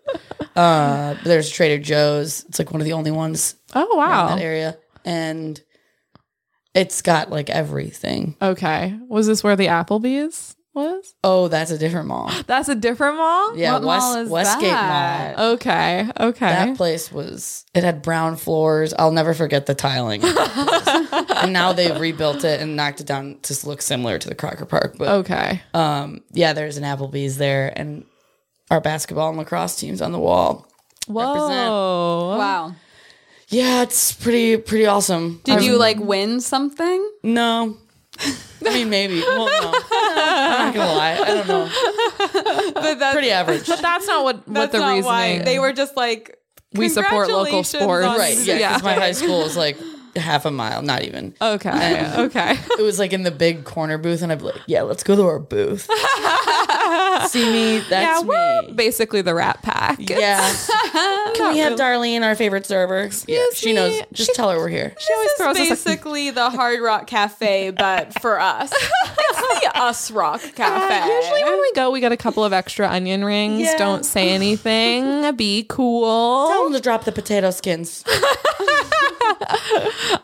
Uh, but there's Trader Joe's. It's like one of the only ones oh around that wow, area. And It's got like everything. Okay. Was this where the Applebee's was? Oh, that's a different mall. That's a different mall? Yeah, What West mall is Westgate that? Mall. Okay. Okay. That place was it had brown floors. I'll never forget the tiling. and now they've rebuilt it and knocked it down to look similar to the Crocker Park. But okay. um yeah, there's an Applebee's there and our basketball and lacrosse teams on the wall. Whoa. Wow. Yeah, it's pretty pretty awesome. Did you like win something? No. I mean maybe. Well no. I'm not gonna lie. I don't know. But that's Pretty average. But that's not what, what That's the not reasoning. why they were just like We support local "Congratulations sports." on Right. this. Yeah. 'cause Yeah. Oh. My high school is like half a mile, not even. Okay. okay. It was like in the big corner booth, and I'd be like, "Yeah, let's go to our booth. See me? That's me. Basically the rat pack. Yeah. Can we have Darlene, our favorite server? yeah, she me. knows. Just tell her we're here. She always throws This is us a- basically the Hard Rock Cafe, but for us, it's the Us Rock Cafe. Uh, Usually when we go, we get a couple of extra onion rings. Yeah. Don't say anything. Be cool. Tell them to drop the potato skins.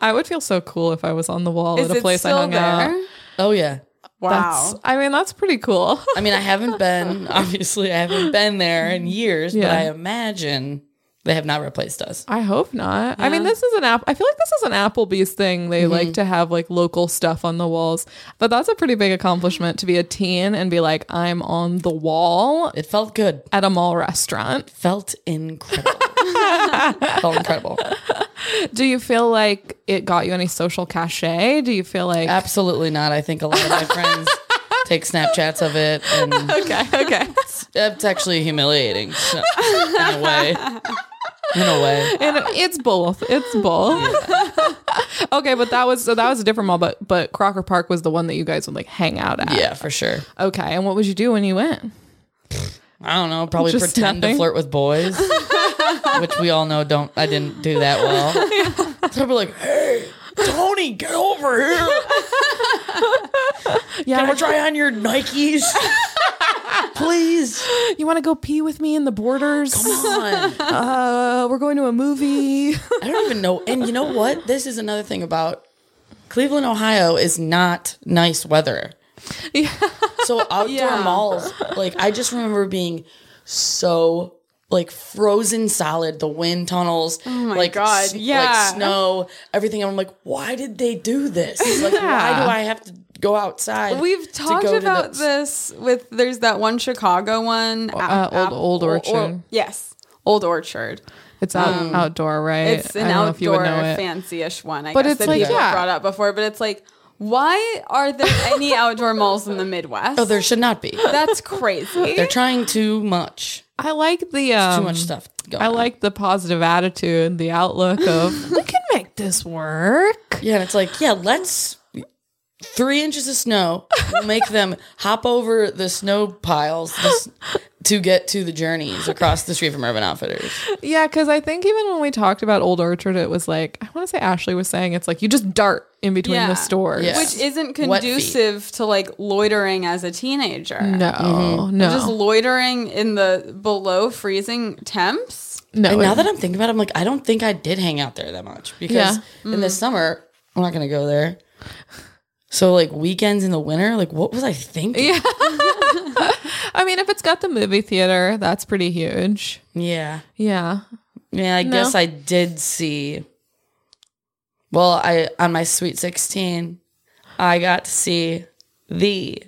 I would feel so cool if I was on the wall Is at a it place I still hung out. there? Oh yeah. Wow. That's, I mean, that's pretty cool. I mean, I haven't been. Obviously, I haven't been there in years, but Yeah. I imagine they have not replaced us. I hope not. I mean, this is an app. I feel like this is an Applebee's thing. They like to have like local stuff on the walls, but that's a pretty big accomplishment to be a teen and be like, I'm on the wall It felt good. at a mall restaurant. Felt incredible. felt incredible. Do you feel like it got you any social cachet? Do you feel like Absolutely not. I think a lot of my friends take Snapchats of it, and okay, okay, it's actually humiliating so, in a way. In a way, and it's both. It's both. okay, but that was so that was a different mall, but but Crocker Park was the one that you guys would like hang out at. yeah, for sure. Okay, and what would you do when you went? I don't know. Probably Just pretend nothing. to flirt with boys, which we all know don't. I didn't do that well. So I'd be like, "Hey, Tony, get over here! Yeah, Can I try on your Nikes, please? you want to go pee with me in the borders? Come on." Uh, we're going to a movie. I don't even know. And you know what? This is another thing about Cleveland, Ohio is not nice weather. Yeah. So outdoor Yeah. malls, like I just remember being so like frozen solid, the wind tunnels, Oh my like God, yeah. like snow, everything. I'm like, why did they do this? Like, why Yeah. do I have to go outside? We've to talked go to about the- this with there's that one Chicago one, uh, Old- Old Orchard. yes, Old Orchard. It's out, Um, outdoor, right? It's an I don't know if you would outdoor know it. fancy-ish one. I But guess it's that like- people have yeah. brought up before, but it's like, why are there any outdoor malls in the Midwest? Oh, there should not be. That's crazy. They're trying too much. I like the Too um, much Mm-hmm. stuff. Going I on. like the positive attitude, the outlook of we can make this work. Yeah, and it's like, yeah, let's three inches of snow will make them hop over the snow piles this, to get to the journeys across the street from Urban Outfitters. Yeah, because I think even when we talked about Old Orchard, it was like I want to say Ashley was saying it's like you just dart in between Yeah. the stores. Yeah. which isn't Wet feet. conducive to like loitering as a teenager. No, no, Just loitering in the below freezing temps. no. And it- now that I'm thinking about it, I'm like, I don't think I did hang out there that much because Yeah. in the summer, I'm not going to go there. So, like, weekends in the winter, like, what was I thinking? Yeah. I mean, if it's got the movie theater, that's pretty huge. Yeah. Yeah, Yeah, I No. guess I did see. Well, I on my Sweet Sixteen, I got to see the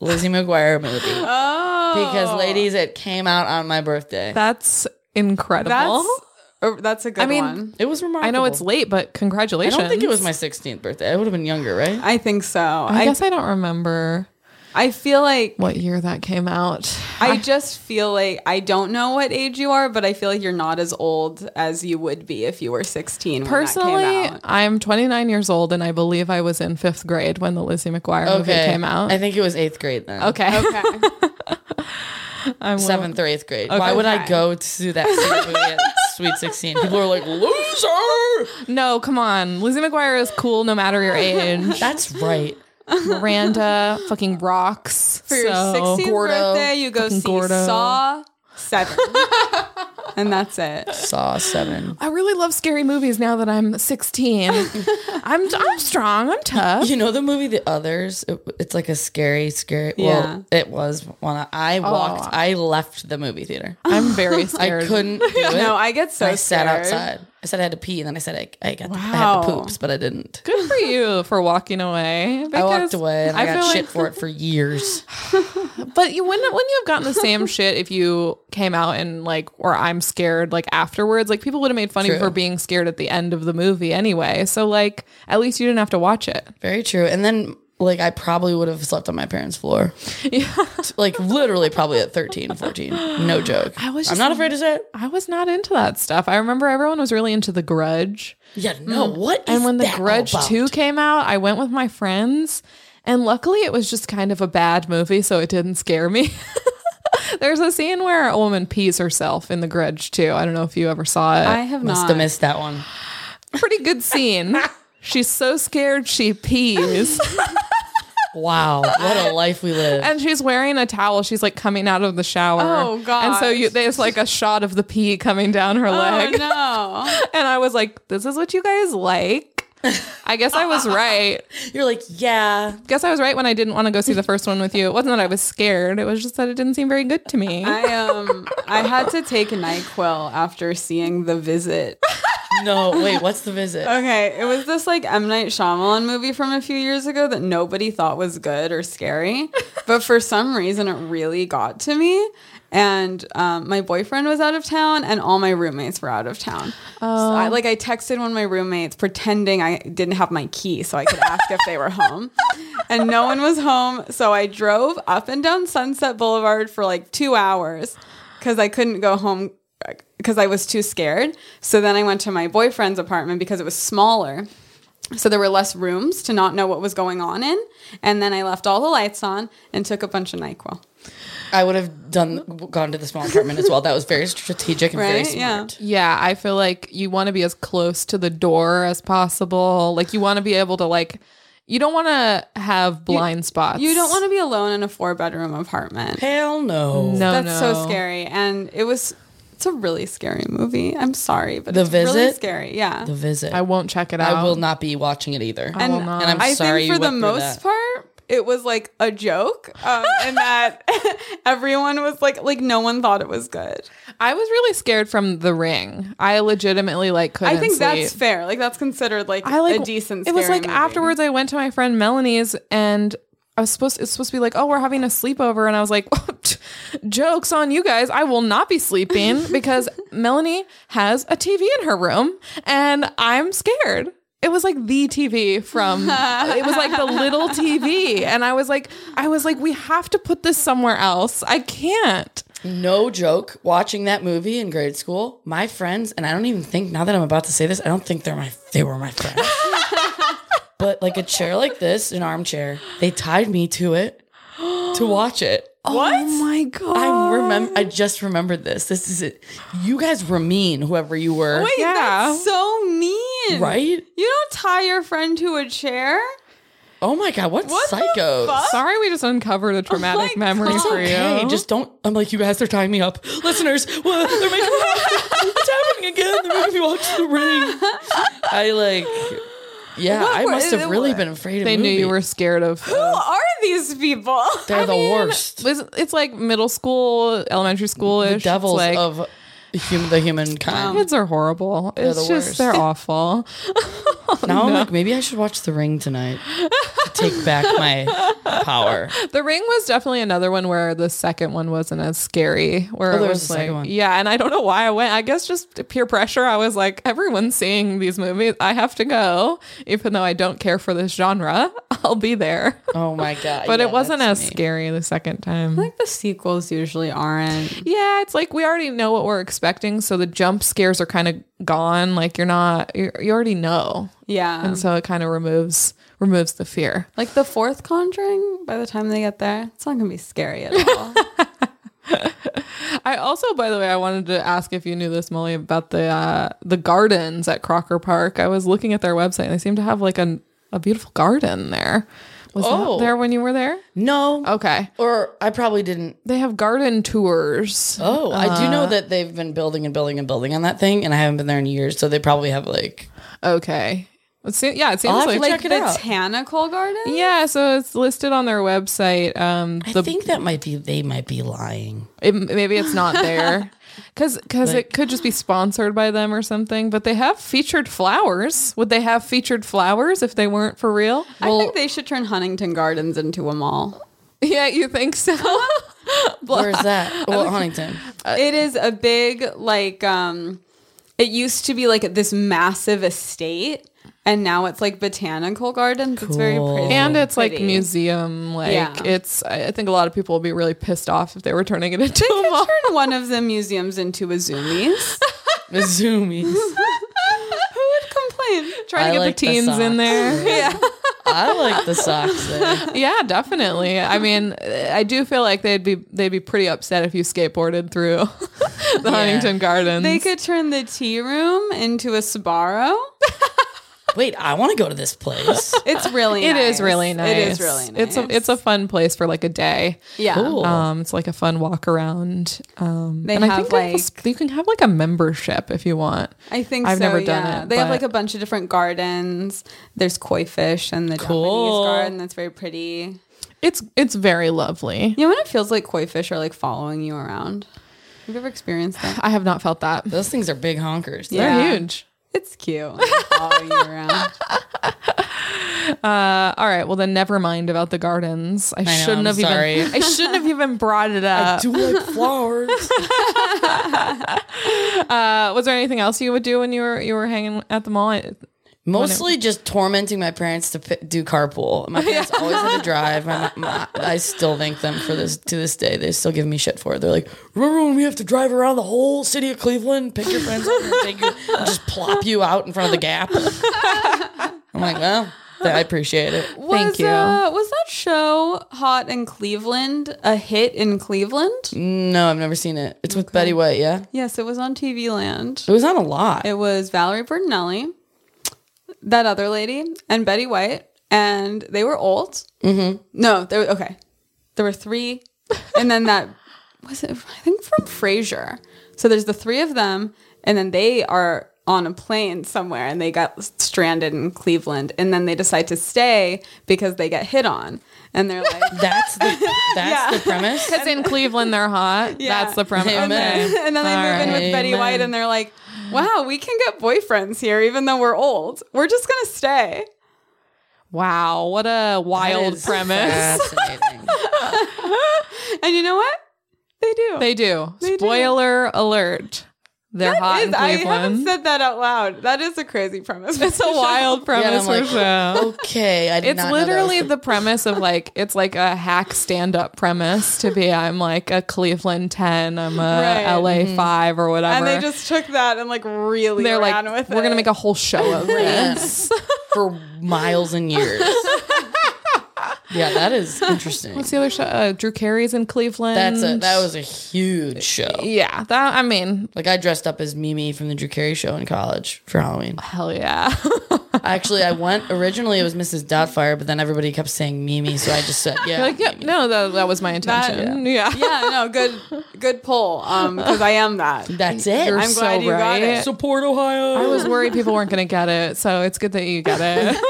Lizzie McGuire movie. Oh, because ladies, it came out on my birthday. that's incredible. That's or that's a good I mean, one. It was remarkable. I know it's late, but I congratulations. don't think it was my 16th birthday. I would have been younger, right? I think so. I I guess I don't remember I feel like what year that came out. I just feel like I don't know what age you are, but I feel like you're not as old as you would be if you were 16 when that Personally, came out. I'm 29 years old, and I believe I was in fifth grade when the Lizzie McGuire movie came out. I think it was eighth grade then. okay, Okay. I'm Seventh or eighth grade. Why would I Okay. go to that same movie at Sweet 16? People are like, loser! No, come on, Lizzie McGuire is cool no matter your age. That's right. Miranda fucking rocks. For your so- 16th Gordo. birthday, you go Fucking see Gordo. Saw 7. and that's it. Saw seven. I really love scary movies now that I'm 16. I'm I'm strong. I'm tough. You know the movie The Others? It, it's like a scary, scary. Well, it was when I, I walked, I left the movie theater. I'm very I scared. couldn't do it. No, I get so I sat scared. outside. I said I had to pee, and then I said I, I got the, I had the Wow. poops, but I didn't. Good for you for walking away. I walked because away, and I, got feel shit like- for it for years. But you wouldn't wouldn't you have gotten the same shit if you came out and like or I'm scared like afterwards? Like people would have made fun of you True. for being scared at the end of the movie anyway. So like at least you didn't have to watch it. Very true. And then like I probably would have slept on my parents' floor. like literally probably at 13, 14. No joke. I was I'm just- not afraid to say it. I was not into that stuff. I remember everyone was really into the grudge. Yeah, no. What is And when the that all Grudge about? 2 came out, I went with my friends. And luckily, it was just kind of a bad movie, so it didn't scare me. There's a scene where a woman pees herself in The Grudge 2. I don't know if you ever saw it. I have Must not. have missed that one. Pretty good scene. She's so scared she pees. Wow, what a life we live. and she's wearing a towel. She's like coming out of the shower. Oh, And so you, gosh. there's like a shot of the pee coming down her leg. Oh no! And I was like, this is what you guys like. I guess I was right. You're like, yeah. guess I was right when I didn't want to go see the first one with you. It wasn't that I was scared. It was just that it didn't seem very good to me. I um, I had to take Nyquil after seeing The Visit. No, wait, what's the visit? Okay, it was this like M Night Shyamalan movie from a few years ago that nobody thought was good or scary, but for some reason it really got to me. And um, my boyfriend was out of town, and all my roommates were out of town. So I, like I texted one of my roommates pretending I didn't have my key so I could ask if they were home, and no one was home. So I drove up and down Sunset Boulevard for like two hours because I couldn't go home because I was too scared. So then I went to my boyfriend's apartment because it was smaller. So there were less rooms to not know what was going on in. And then I left all the lights on and took a bunch of NyQuil. I would have done gone to the small apartment as well. That was very strategic and very Right? Yeah. smart. yeah, I feel like you want to be as close to the door as possible. Like you want to be able to like you don't want to have blind spots. You don't want to be alone in a four bedroom apartment. Hell oh, no. No, That's no. so scary. And it was, it's a really scary movie. I'm sorry, but The it's really Visit? scary. Yeah. The visit. I I won't check it out. will not be watching it either. I will And- not. and I'm I sorry think for you the went through most that. part, it was like a joke, um, and that everyone was like, like no one thought it was good. I was really scared from The Ring. I legitimately like couldn't. I think that's sleep. fair. Like that's considered like, I like a decent. It was scary like movie. afterwards, I went to my friend Melanie's and I was supposed. It's supposed to be like, oh, we're having a sleepover, and I was like, jokes on you guys. I will not be sleeping because Melanie has a TV in her room, and I'm scared. It was like the TV from it was like the little TV and I was like I was like we have to put this somewhere else. I can't. No joke. Watching that movie in grade school, my friends, and I don't even think now that I'm about to say this, I don't think they're my they were my friends. but like a chair like this, an armchair, they tied me to it to watch it. What? Oh my god. I remember. I just remembered this. This is it. You guys were mean, whoever you were. Wait, Yeah. that's so mean, Right? You don't tie your friend to a chair. Oh my god, what, What the psychos? fuck? Sorry we just uncovered a traumatic Oh my memory God. for Okay, you. just don't. I'm like, you guys are tying me up, listeners. Well, they're making it's happening again. They're making me watch The Ring. I like, yeah, What I were- must have they really were- been afraid of. they knew you movies. were scared of Who are these people? They're the mean, worst. It's, it's like middle school, elementary school ish. Devils like, of hum- the humankind. kids are horrible. It's the just worst. they're awful. now I'm like, maybe I should watch The Ring tonight. to Take back my power. The Ring was definitely another one where the second one wasn't as scary. Where there it was was, a like, second one. yeah, and I don't know why I went. I guess just peer pressure. I was like, everyone's seeing these movies. I have to go, even though I don't care for this genre. I'll be there. Oh my god! But yeah, it wasn't that's as me. scary the second time. like the sequels usually aren't. Yeah, it's like we already know what we're expecting, so the jump scares are kind of gone. Like you're not, you you already know, Yeah, and so it kind of removes removes the fear. like the fourth Conjuring. By the time they get there, it's not gonna be scary at all. I also, by the way, I wanted to ask if you knew this, Molly, about the uh, the gardens at Crocker Park. I was looking at their website, and they seem to have like a a beautiful garden there. was Oh. not there when you were there. No. Okay. Or I probably didn't. They have garden tours. Oh, I do know that they've been building and building and building on that thing, and I haven't been there in years, so they probably have like. Okay. It se- yeah, it seems Oh. have to like, check Like it the out. Botanical Garden? yeah. So it's listed on their website. Um, I the think that might be they might be lying. it, maybe it's not there because it could just be sponsored by them or something. But they have featured flowers. Would they have featured flowers if they weren't for real? I think they should turn Huntington Gardens into a mall. yeah, you think so? Where's that? Well, Huntington. it is a big like um it used to be like this massive estate and now it's like botanical gardens. It's very Cool. pretty. and it's like Pretty. museum. Like Yeah. it's. I I think a lot of people will be really pissed off if they were turning it into a mall. Turn one of the museums into a zoomies. The zoomies. Who would complain? Trying to I get like the the teens in socks. there. I like the socks. There. yeah, definitely. I mean, I do feel like they'd be they'd be pretty upset if you skateboarded through the Huntington Gardens. They could turn the tea room into a Sbarro. Wait, I want to go to this place. It's really It nice. is really nice. It is really nice. It's a it's a fun place for like a day. yeah. Cool. Um, it's like a fun walk around. Um, They and I have, think they have a- you can have like a membership if you want. I think I've so, never done yeah. it, They have but- like a bunch of different gardens. There's koi fish and the Cool. Japanese garden that's very pretty. It's it's very lovely. You know when it feels like koi fish are like following you around? Have you ever experienced that? I have not felt that. Those things are big honkers. Yeah. They're huge. It's cute. when they follow you around. Uh, all right. Well, then never mind about the gardens. I, shouldn't I'm have sorry. even. I shouldn't have even brought it up. Do like flowers. Uh, was there anything else you would do when you were you were hanging at the mall? I- Mostly just tormenting my parents to p- do carpool. My parents always had to drive. My, mo- my, I still thank them for this to this day. They still give me shit for it. They're like, remember when we have to drive around the whole city of Cleveland, pick your friends up, and take you, and just plop you out in front of the gap? I'm like, well, I appreciate it. Was, you. Uh, was that show Hot in Cleveland a hit in Cleveland? Mm. No, I've never seen it. It's with Betty White, yeah? Yes, it was on TV Land. It was on a lot. It was Valerie Bertinelli, that other lady, and Betty White, and they were old. Mm-hmm. No, there. Okay, there were three, and then that was it. I think from Frasier. So there's the three of them, and then they are on a plane somewhere, and they got stranded in Cleveland, and then they decide to stay because they get hit on, and they're like. That's the, that's the premise. Because in Cleveland they're hot. Yeah. That's the premise. And then, Okay. and then they All move in right. with Betty White and they're like, wow, we can get boyfriends here even though we're old. We're just going to stay. Wow, what a That wild is premise. fascinating. And you know what? They do. They do. do. Spoiler alert. They're That hot is- in I haven't Cleveland. said that out loud. That is a crazy premise. It's a wild premise I'm for show. okay, I did It's not know that was literally the- the premise of like it's like a hack stand up premise to be I'm like a Cleveland ten, I'm a Right. LA five or And whatever. they just took that and like really they're like ran with it. we're gonna make a whole show of this. for miles and years. yeah, that is interesting. What's the other show? Uh, Drew Carey's in Cleveland. That's a that was a huge show. yeah. That I mean, Like I dressed up as Mimi from the Drew Carey show in college for Halloween. hell yeah. Actually, I went originally it was Mrs. Doubtfire, but then everybody kept saying Mimi, so I just said yeah. like yeah, no, that, that was my That- intention. yeah. yeah, no, good, good pull. Um, because I am that. That's it. You're I'm glad you got it. support Ohio. I was worried people weren't going to get it, so it's good that you got it.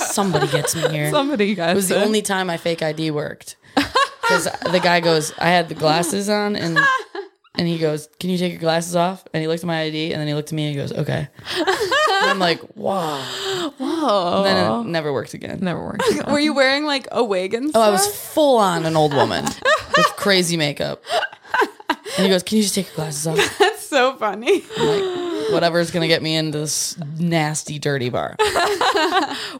Somebody gets me here. Somebody got it. It was the only time my fake ID worked. Because the guy goes, I had the glasses on, and and he goes, Can you take your glasses off? And he looked at my ID, and then he looked at me, and he goes, Okay. And I'm like, Wow. Oh, And then it never worked again. never worked. out. Were you wearing like a wig and Oh, stuff? I was full on an old woman with crazy makeup. And he goes, Can you just take your glasses off? That's so funny. I'm like, Whatever's going to get me into this nasty, dirty bar.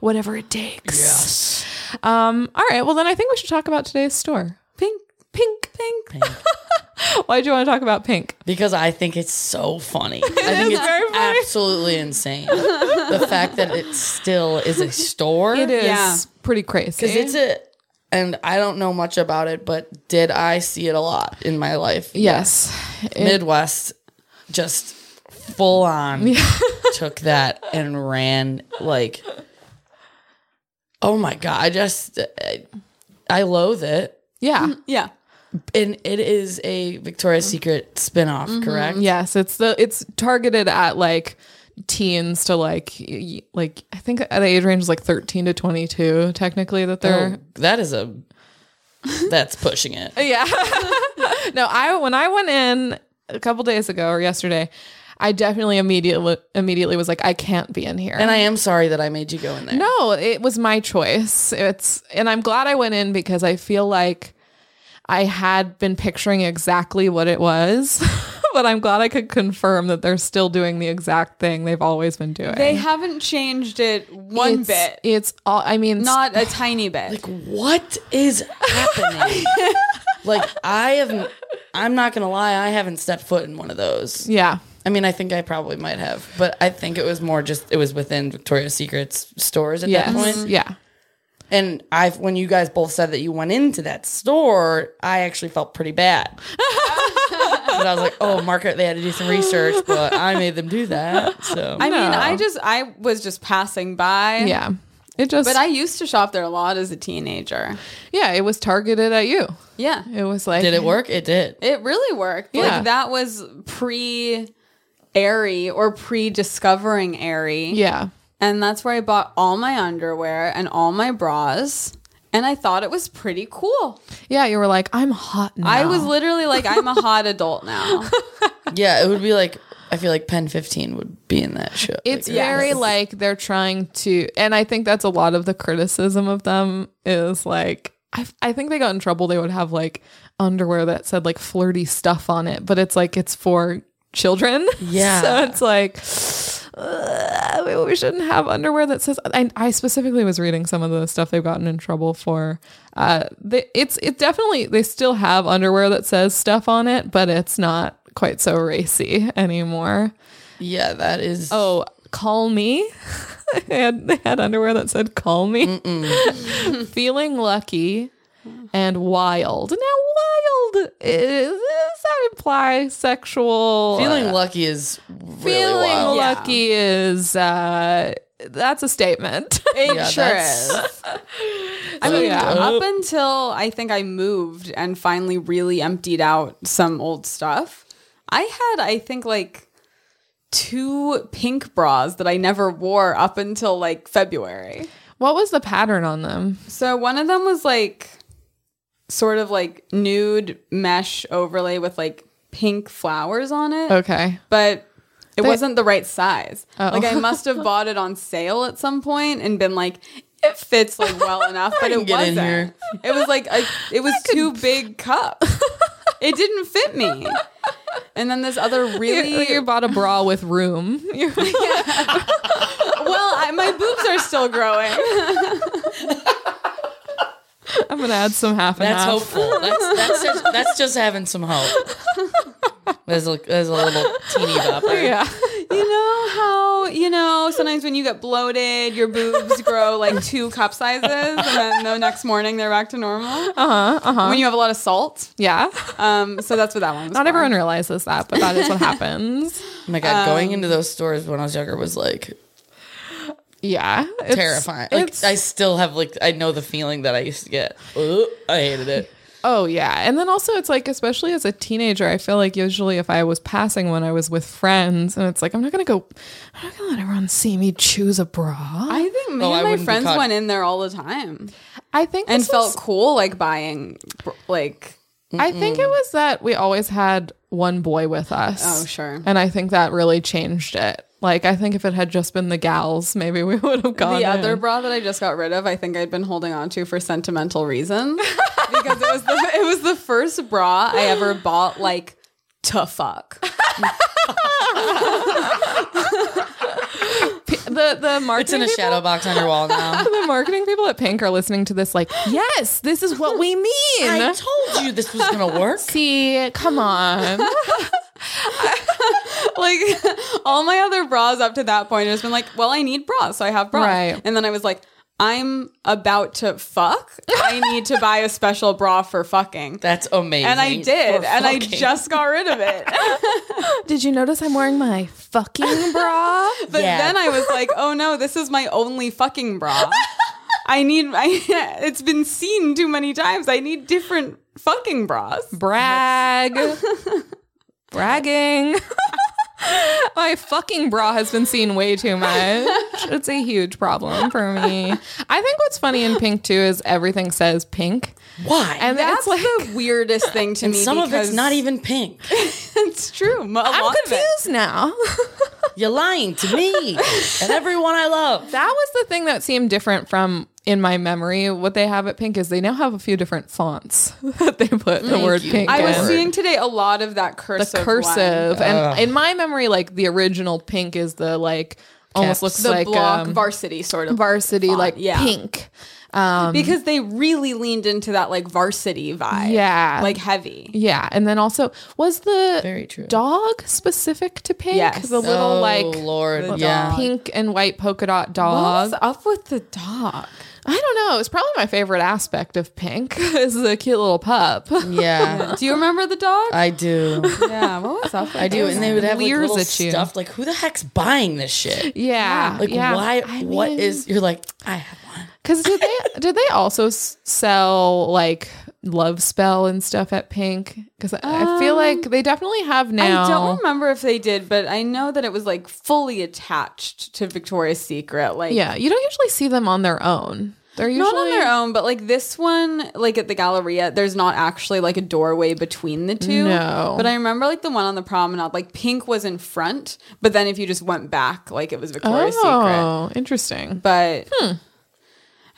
Whatever it takes. Um. All right. Well, then I think we should talk about today's store. Pink, pink, pink. Why do you want to talk about pink? Because I think it's so funny. I think is it's very funny. absolutely insane. the fact that it still is a store. It Uh, is Yeah. pretty crazy. Because it's a, and I don't know much about it, but did I see it a lot in my life? yes. It- Midwest just full on took that and ran like Oh my god, I just I, I loathe it. Yeah. Yeah. And it is a Victoria's Secret spin-off, correct? Yes, it's the it's targeted at like teens to like y- y- like I think the age range is like 13 to 22 technically that Oh, they're that is a that's pushing it. Oh. Yeah. no, I when I went in a couple days ago or yesterday, I definitely immediately immediately was like I can't be in here. And I am sorry that I made you go in there. No, it was my choice. It's and I'm glad I went in because I feel like I had been picturing exactly what it was, but I'm glad I could confirm that they're still doing the exact thing they've always been doing. They haven't changed it one it's, bit. It's all. I mean, not Not a tiny bit. Like what is happening? like I have I'm not going to lie, I haven't stepped foot in one of those. yeah, I mean, I think I probably might have, but I think it was more just it was within Victoria's Secret's stores at that yes, point. yeah. And I, when you guys both said that you went into that store, I actually felt pretty bad. but I was like, oh, Margaret, they had to do some research, but I made them do that. So I mean, No. I just I was just passing by. Yeah, it just. But I used to shop there a lot as a teenager. yeah, it was targeted at you. Yeah. It was like did it work? It did. It really worked. Yeah. Like that was pre airy or pre discovering airy. Yeah, And that's where I bought all my underwear and all my bras. And I thought it was pretty cool. yeah. You were like, I'm hot now. I was literally like, I'm a hot adult now. Yeah, it would be like, I feel like Pen 15 would be in that show. It's Like, very like they're trying to, and I think that's a lot of the criticism of them is like, I, I think they got in trouble. They would have like underwear that said like flirty stuff on it, but it's like it's for children. Yeah. so it's like, uh, we- we shouldn't have underwear that says, I, I specifically was reading some of the stuff they've gotten in trouble for. Uh, they, it's, it definitely, they still have underwear that says stuff on it, but it's not quite so racy anymore. yeah, that is. Oh, call me. they, had, they had underwear that said "call me." Feeling lucky and wild. Now, wild is, does that imply sexual? uh, feeling lucky is really Feeling wild. Yeah. lucky is uh, that's a statement. It Yeah, sure that's- is. I mean, yeah. up until I think I moved and finally really emptied out some old stuff, I had, I think, like two pink bras that I never wore up until like February. what was the pattern on them? So one of them was like sort of like nude mesh overlay with like pink flowers on it, Okay. but it wasn't the right size. Oh. Like I must have bought it on sale at some point and been like it fits like well enough, but it get in wasn't. here. It was like a, it was too big cup. it didn't fit me. And then this other You, really you bought a bra with room. You're- well, I, my boobs are still growing. I'm gonna add some half and That's half. hopeful. That's that's just, that's just having some hope. There's a, there's a little teeny bopper. Yeah. You know how, you know, sometimes when you get bloated, your boobs grow like two cup sizes and then the next morning they're back to normal? Uh huh. Uh-huh, Uh huh. When you have a lot of salt. Yeah. Um, so that's what that one was. Not for. everyone realizes that, but that is what happens. Oh my god, Um, going into those stores when I was younger was like Yeah. it's- terrifying. Like it's- I still have like I know the feeling that I used to get. Ugh, I hated it. oh, yeah. And then also, it's like, especially as a teenager, I feel like usually if I was passing when I was with friends, and it's like, I'm not going to go, I'm not going to let everyone see me choose a bra. I think me Oh, I and my wouldn't be friends caught. went in there all the time I think and this felt was- cool like buying, br- like, I think it was that we always had one boy with us. Oh, sure. And I think that really changed it. Like, I think if it had just been the gals, maybe we would have gone. the other in. bra that I just got rid of, I think I'd been holding on to for sentimental reasons because it was the, it was the first bra I ever bought like to fuck. the the It's in marketing a shadow box on your wall now. the marketing people at Pink are listening to this. Like, yes, this is what we mean. I told you this was gonna work. See, come on. like all my other bras up to that point has been like, well, I need bras, so I have bras. Right. And then I was like, I'm about to fuck. I need to buy a special bra for fucking. That's amazing. And I did, For and I fucking- just got rid of it. Did you notice I'm wearing my fucking bra? But Yeah. then I was like, oh no, this is my only fucking bra. I need. I. It's been seen too many times. I need different fucking bras. Brag. Bragging. My fucking bra has been seen way too much. It's a huge problem for me. I think what's funny in pink too is everything says pink. Why? And That's it's like the weirdest thing to me. Some of it's because not even pink. It's true. A lot I'm of it. confused now. You're lying to me and everyone I love. that was the thing that seemed different from in my memory. What they have at pink is they now have a few different fonts that they put the word pink I was in. seeing today a lot of that cursive. the one. cursive. And in my memory, like the original pink is the like almost Caps. looks the like block um, varsity sort of varsity like yeah. pink. Um, because they really leaned into that like varsity vibe. Yeah. like heavy. yeah, and then also was the Very true. dog specific to pink. Yes. the little oh, like Lord. the Yeah. dog. pink and white polka dot dog. What's up with the dog? I don't know. It's probably my favorite aspect of pink is the cute little pup. Yeah. Do you remember the dog? I do. yeah, what was up? With I do. And they would have like Leers little at you. stuff. Like, who the heck's buying this shit? Yeah, Like, yeah. why? I what mean- is? You're like, I have one. Because did they did they also s- sell like love spell and stuff at Pink? Because I, I feel like they definitely have now. Um, I don't remember if they did, but I know that it was like fully attached to Victoria's Secret. Like, yeah, you don't usually see them on their own. They're usually not on their own, but like this one, like at the Galleria, there's not actually like a doorway between the two. No. But I remember like the one on the promenade, like pink was in front, but then if you just went back, like it was Victoria's Secret. Oh, interesting. But Hmm.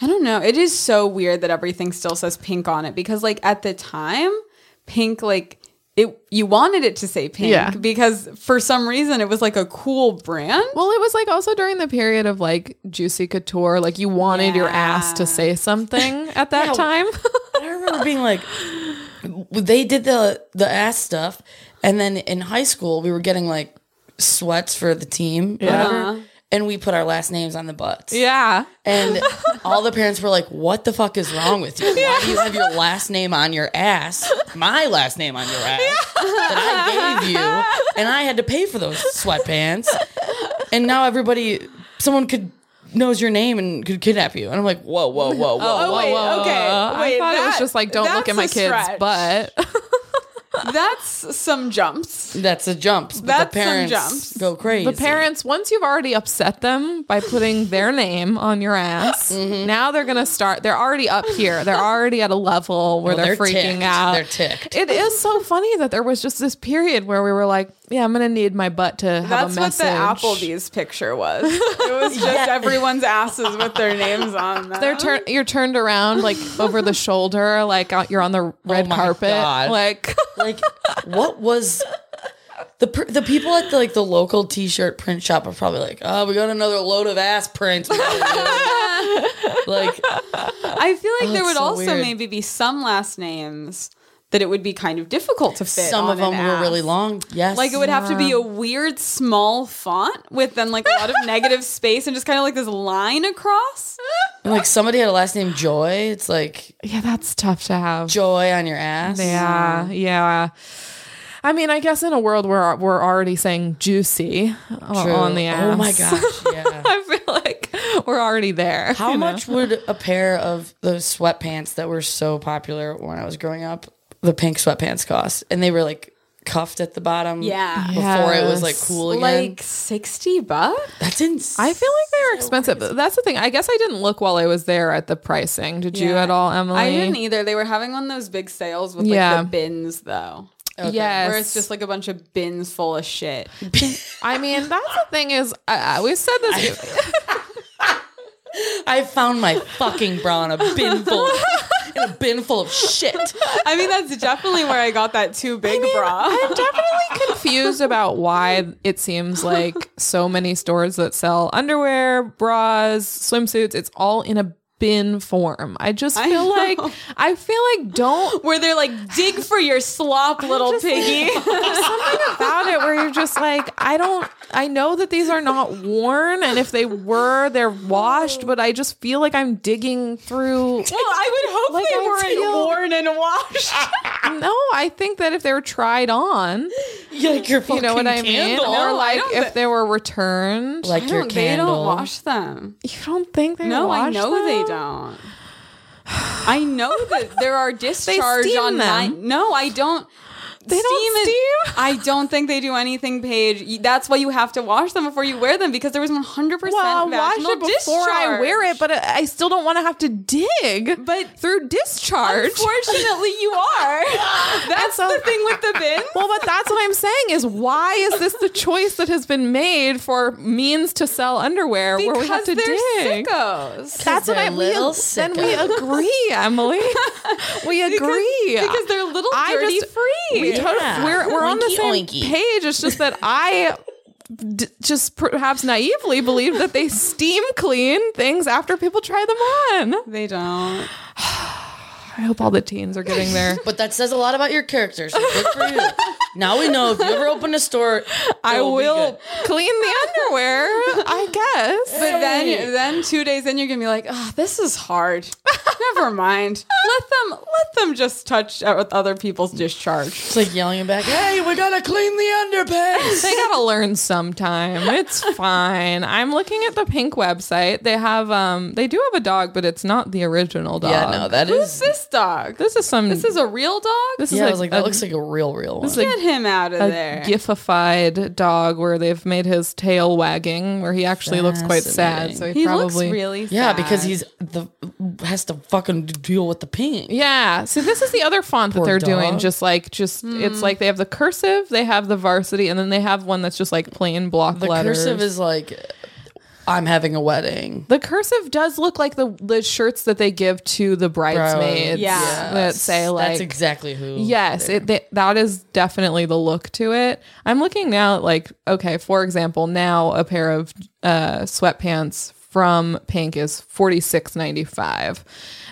I don't know. It is so weird that everything still says pink on it because like at the time, pink like it you wanted it to say pink Yeah. because for some reason it was like a cool brand. Well, it was like also during the period of like Juicy Couture, like you wanted your ass to say something at that Yeah. time. And I remember being like, they did the the ass stuff, and then in high school we were getting like sweats for the team, whatever, and we put our last names on the butts. yeah. And all the parents were like, "What the fuck is wrong with you? Why do you have your last name on your ass? My last name on your ass that I gave you, and I had to pay for those sweatpants. And now everybody, someone could knows your name and could kidnap you. And I'm like, whoa, whoa, whoa, whoa, Oh, whoa. wait, okay. I wait, thought it was that- just like don't look that's at my a kids, stretch. but That's some jumps. That's a jumps. But That's the some parents jumps. go crazy. The parents, once you've already upset them by putting their name on your ass, Mm-hmm. now they're gonna start. They're already up here. They're already at a level where Well, they're, they're freaking ticked. out. They're ticked. It is so funny that there was just this period where we were like, "Yeah, I'm gonna need my butt to have That's a what message." the Applebee's picture was. It was just everyone's asses with their names on them. They're turn. You're turned around like over the shoulder, like uh, you're on the red Oh my carpet, God. like. like what was the per- the people at the, like the local t-shirt print shop are probably like oh we got another load of ass prints we gotta do." like I feel Oh, like there it's would so also weird. maybe be some last names that it would be kind of difficult to fit. some on of them an were really ass. long yes Like it would have to be a weird small font with then like a lot of negative space and just kind of like this line across. And, like somebody had a last name joy it's like yeah, that's tough to have. joy on your ass Yeah, yeah. I mean, I guess in a world where we're already saying juicy o- True. on the ass. oh my gosh yeah I feel like we're already there. how you know? much would a pair of those sweatpants that were so popular when i was growing up the pink sweatpants cost and they were like cuffed at the bottom Yeah. before it was like Yes. cool again Like 60 bucks? that's insane I feel like they were expensive. That's the thing. I guess I didn't look while I was there at the pricing. Did you Yeah. at all, Emily? I didn't e- either. They were having one of those big sales with like Yeah. the bins though. Yes. Where it's just like a bunch of bins full of shit. I mean, that's the thing is, I, I- we said this. I found my fucking bra in a bin full of, in a bin full of shit. I mean, that's definitely where I got that too big bra. I'm definitely confused about why it seems like so many stores that sell underwear, bras, swimsuits, it's all in a bin form. I just I feel like, know. I feel like don't where they're like, dig for your slop, little just- piggy. about it where you're just like, I don't, I know that these are not worn, and if they were, they're washed, but I just feel like I'm digging through. Well, I would hope Like, I they weren't feel- worn and washed. no, I think that if they were tried on, like your fucking you know what I mean, candle. or like don't if they were returned, I like your don't- they don't candle. wash them. you don't think they? No, I wash know they them? don't. I know that there are discharge steam on them. mine. No, I don't. They don't steam? I don't think they do anything, Paige. Y- That's why you have to wash them before you wear them because there was 100% Well, I'll wash vaginal it before I discharge. wear it, but I I still don't want to have to dig, But- through discharge. Unfortunately, you are. That's so- the thing with the bin. Well, but that's what I'm saying is why is this the choice that has been made for means to sell underwear where we Because have to they're dig? sickos. That's what They're I we, little then we agree, Emily. we agree because they're little dirty free. We tot- Yeah. We're we're on the Oinky, same oinky. page. It's just that I. D- just perhaps naively believed that they steam clean things after people try them on. They don't. I hope all the teens are getting there. But that says a lot about your character. So good for you. now we know if you ever open a store, I it'll be will good. clean the underwear, I guess. But then, then two days in, you're gonna be like, "Ah, this is hard. Never mind. Let them, let them just touch out with other people's discharge. It's like yelling back. Hey, we gotta clean the underpants. they gotta learn sometime. It's fine. I'm looking at the pink website. They have um they do have a dog, but it's not the original dog. yeah, no, that Who's is. this dog? This, This is some is a real dog. this is Yeah, I like, was like, that a, looks like a real, real one. this is Get him out of a, there. a gifified dog where they've made his tail wagging where he actually looks quite sad. So he, he probably looks really sad. yeah, because he's the has to fucking deal with the pink. Yeah. So this is the other font that Poor they're doing. dog. Just like just Hmm. it's like they have the cursive, they have the varsity, and then they have one that's just like plain block The letters. cursive is like, I'm having a wedding. The cursive does look like the the shirts that they give to the bridesmaids. Yeah. that say like that's exactly who. yes, it th- that is definitely the look to it. I'm looking now at like okay, for example, now a pair of uh, sweatpants from Pink is forty six ninety five,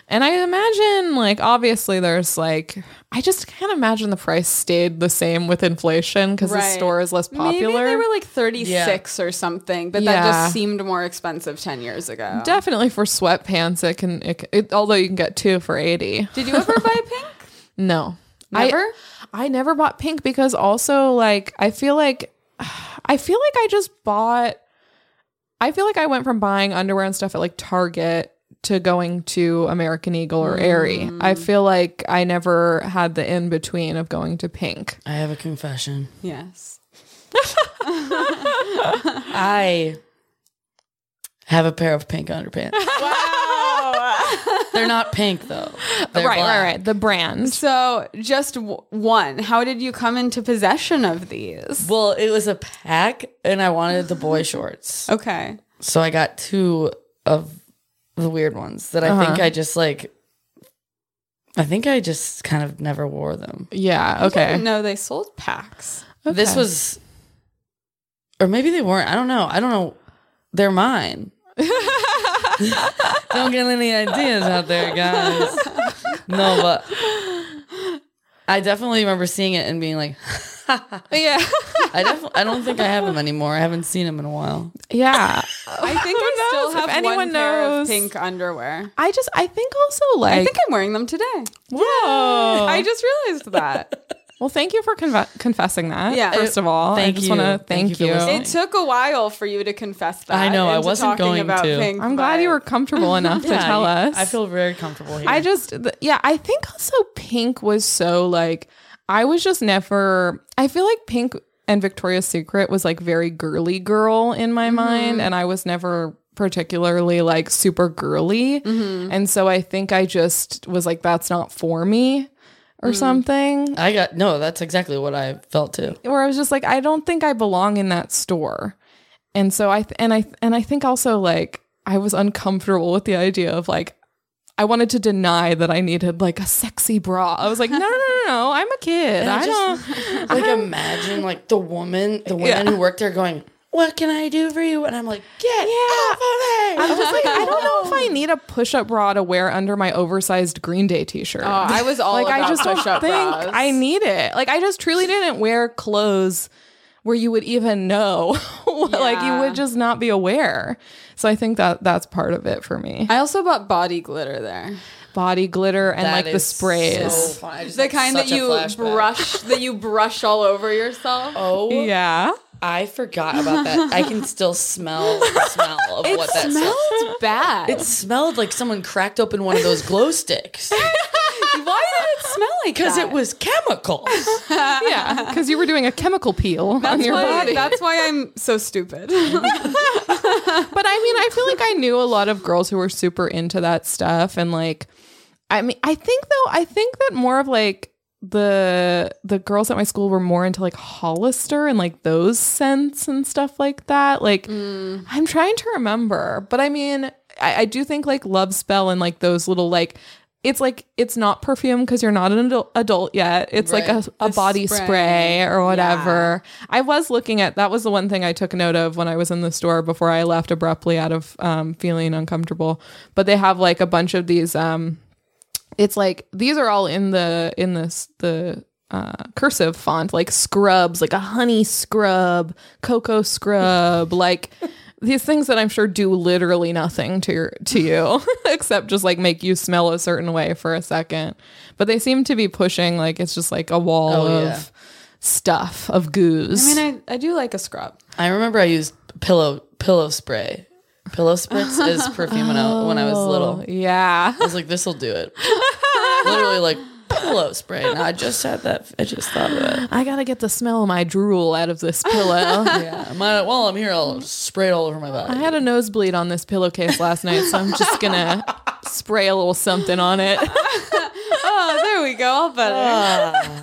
and I imagine like obviously there's like I just can't imagine the price stayed the same with inflation because the Right. store is less popular. Maybe they were like 36 or something, but that Yeah. just seemed more expensive 10 years ago. Definitely for sweatpants, it can. It, c- it, although you can get two for eighty. Did you ever buy pink? No. Never? I, I never bought pink because also like I feel like I feel like I just bought I feel like I went from buying underwear and stuff at like Target to going to American Eagle or Aerie. Mm. I feel like I never had the in between of going to pink. I have a confession. Yes. I have a pair of pink underpants. They're not pink though. They're right, right, black. right. The brand. So just w- one. How did you come into possession of these? Well, it was a pack, and I wanted the boy shorts, Okay. so I got two of the weird ones that I Uh-huh. think I just like. I think I just kind of never wore them. Yeah, I okay. didn't know they sold packs. This Okay. was, or maybe they weren't. I don't know. I don't know. They're mine. don't get any ideas out there, guys. No, but I definitely remember seeing it and being like, Yeah. I def- I don't think I have them anymore. I haven't seen them in a while. yeah. I think I knows? still If have anyone one pair knows. of pink underwear. I just I think also like I think I'm wearing them today. whoa. Oh. I just realized that. Well, thank you for conve- confessing that. Yeah. First of all, I Thank just you. want to Thank thank, you for you. listening. it took a while for you to confess that. I know, I into wasn't talking going about to. Pink, I'm glad but- you were comfortable enough to tell us. I feel very comfortable here. I just, th- yeah, I think also Pink was so like, I was just never, I feel like Pink and Victoria's Secret was like very girly girl in my mind. And I was never particularly like super girly. And so I think I just was like, that's not for me or something. I got no. That's exactly what I felt too. where I was just like, I don't think I belong in that store. And so I th- and I and I think also like I was uncomfortable with the idea of like I wanted to deny that I needed like a sexy bra. I was like, no, no, no, no, I'm a kid. I, just- don't. Like imagine like the woman, the women who work there going, "What can I do for you?" And I'm like, "Get off of me!" I was like, I don't know if I need a push-up bra to wear under my oversized Green Day T-shirt. Oh, I was all like about I just don't push-up think bras. I need it. Like I just truly didn't wear clothes where you would even know. like you Yeah. would just not be aware. So I think that that's part of it for me. I also bought body glitter there. body glitter and like the sprays. the kind that you brush that you brush all over yourself. Oh, yeah. I forgot about that. I can still smell the smell of what that smells. smells bad. It smelled like someone cracked open one of those glow sticks Why did it smell like because that? it was chemicals. Yeah. Because you were doing a chemical peel on your why, body. That's why I'm so stupid. but I mean, I feel like I knew a lot of girls who were super into that stuff, and like, I mean, I think though, I think that more of like the the girls at my school were more into like Hollister and like those scents and stuff like that. Like, I'm trying to remember, but I mean, I, I do think like Love Spell and like those little like. It's like it's not perfume because you're not an adul- adult yet. It's like Right. a, a body spray. spray or whatever. I was looking at that was the one thing I took note of when I was in the store before I left abruptly out of um, feeling uncomfortable. But they have like a bunch of these. Um, it's like these are all in the in this the uh, cursive font like scrubs like a honey scrub cocoa scrub like these things that i'm sure do literally nothing to your to you except just like make you smell a certain way for a second but they seem to be pushing like it's just like a wall Oh, of yeah. stuff of goos I mean, I, I do like a scrub. I remember I used pillow pillow spray. Pillow spritz is perfume when I, when I was little. yeah I was like, this will do it. Literally like pillow spray. And I just had that. I just thought of it. i gotta get the smell of my drool out of this pillow Yeah. My, while I'm here, I'll spray it all over my I body. had a nosebleed on this pillowcase last night, so I'm just gonna spray a little something on it. Oh, there we go. All better.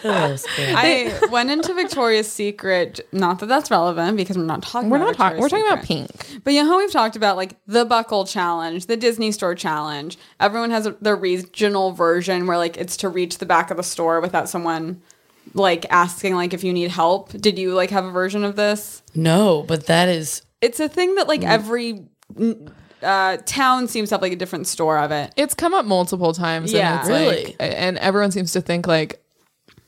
Pillow spray. I went into Victoria's Secret. Not that that's relevant because we're not talking. We're about not talking. Victoria's We're talking about Secret. pink. But you know how we've talked about like the buckle challenge, the Disney store challenge. Everyone has a, their regional version where like it's to reach the back of the store without someone like asking like if you need help. Did you like have a version of this? no, but that is It's a thing that like every mm, uh, town seems to have like a different store of it. It's come up multiple times. Yeah. and it's Really? Like, and everyone seems to think like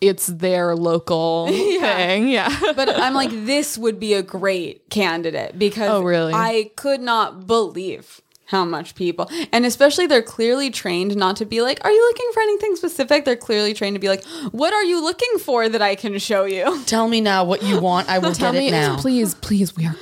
it's their local thing. Yeah. But I'm like, this would be a great candidate because Oh, really? I could not believe how much people, and especially they're clearly trained not to be like, are you looking for anything specific? They're clearly trained to be like, what are you looking for that I can show you? Tell me now what you want. I will Tell get me, it now. please, please. We are,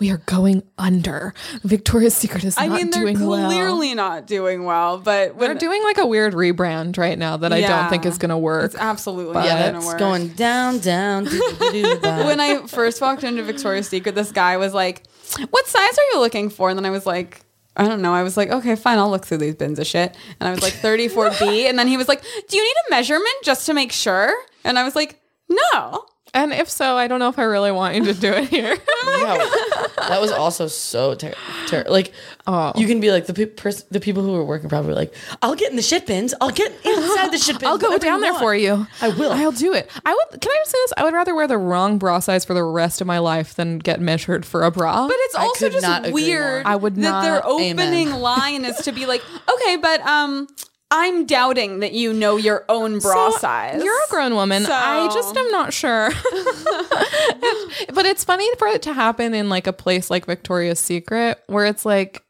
we are going under. Victoria's Secret is I not mean, they're doing well. clearly not doing well, but They're when, doing like a weird rebrand right now that I don't Yeah. think is gonna work. it's absolutely Yeah, not that's gonna work. going down, down. when when I first walked into Victoria's Secret, this guy was like, "What size are you looking for?" And then I was like, "I don't know." I was like, "Okay, fine, I'll look through these bins of shit." And I was like, "34B." And then he was like, "Do you need a measurement just to make sure?" And I was like, "No." and if so, I don't know if I really want you to do it here. yeah, that was also so terrible. Ter- like, Oh. you can be like the pe- pers- the people who were working probably were like, I'll get in the shit bins. I'll get inside the shit bins. I'll go whatever down there want." for you. I will. I'll do it. I would. Can I just say this? I would rather wear the wrong bra size for the rest of my life than get measured for a bra. But it's also could not just agree weird more. I would that their not- Amen. opening line is to be like, "Okay, but um I'm doubting that you know your own bra So, size." You're a grown woman. So- I just am not sure. but it's funny for it to happen in like a place like Victoria's Secret, where it's like,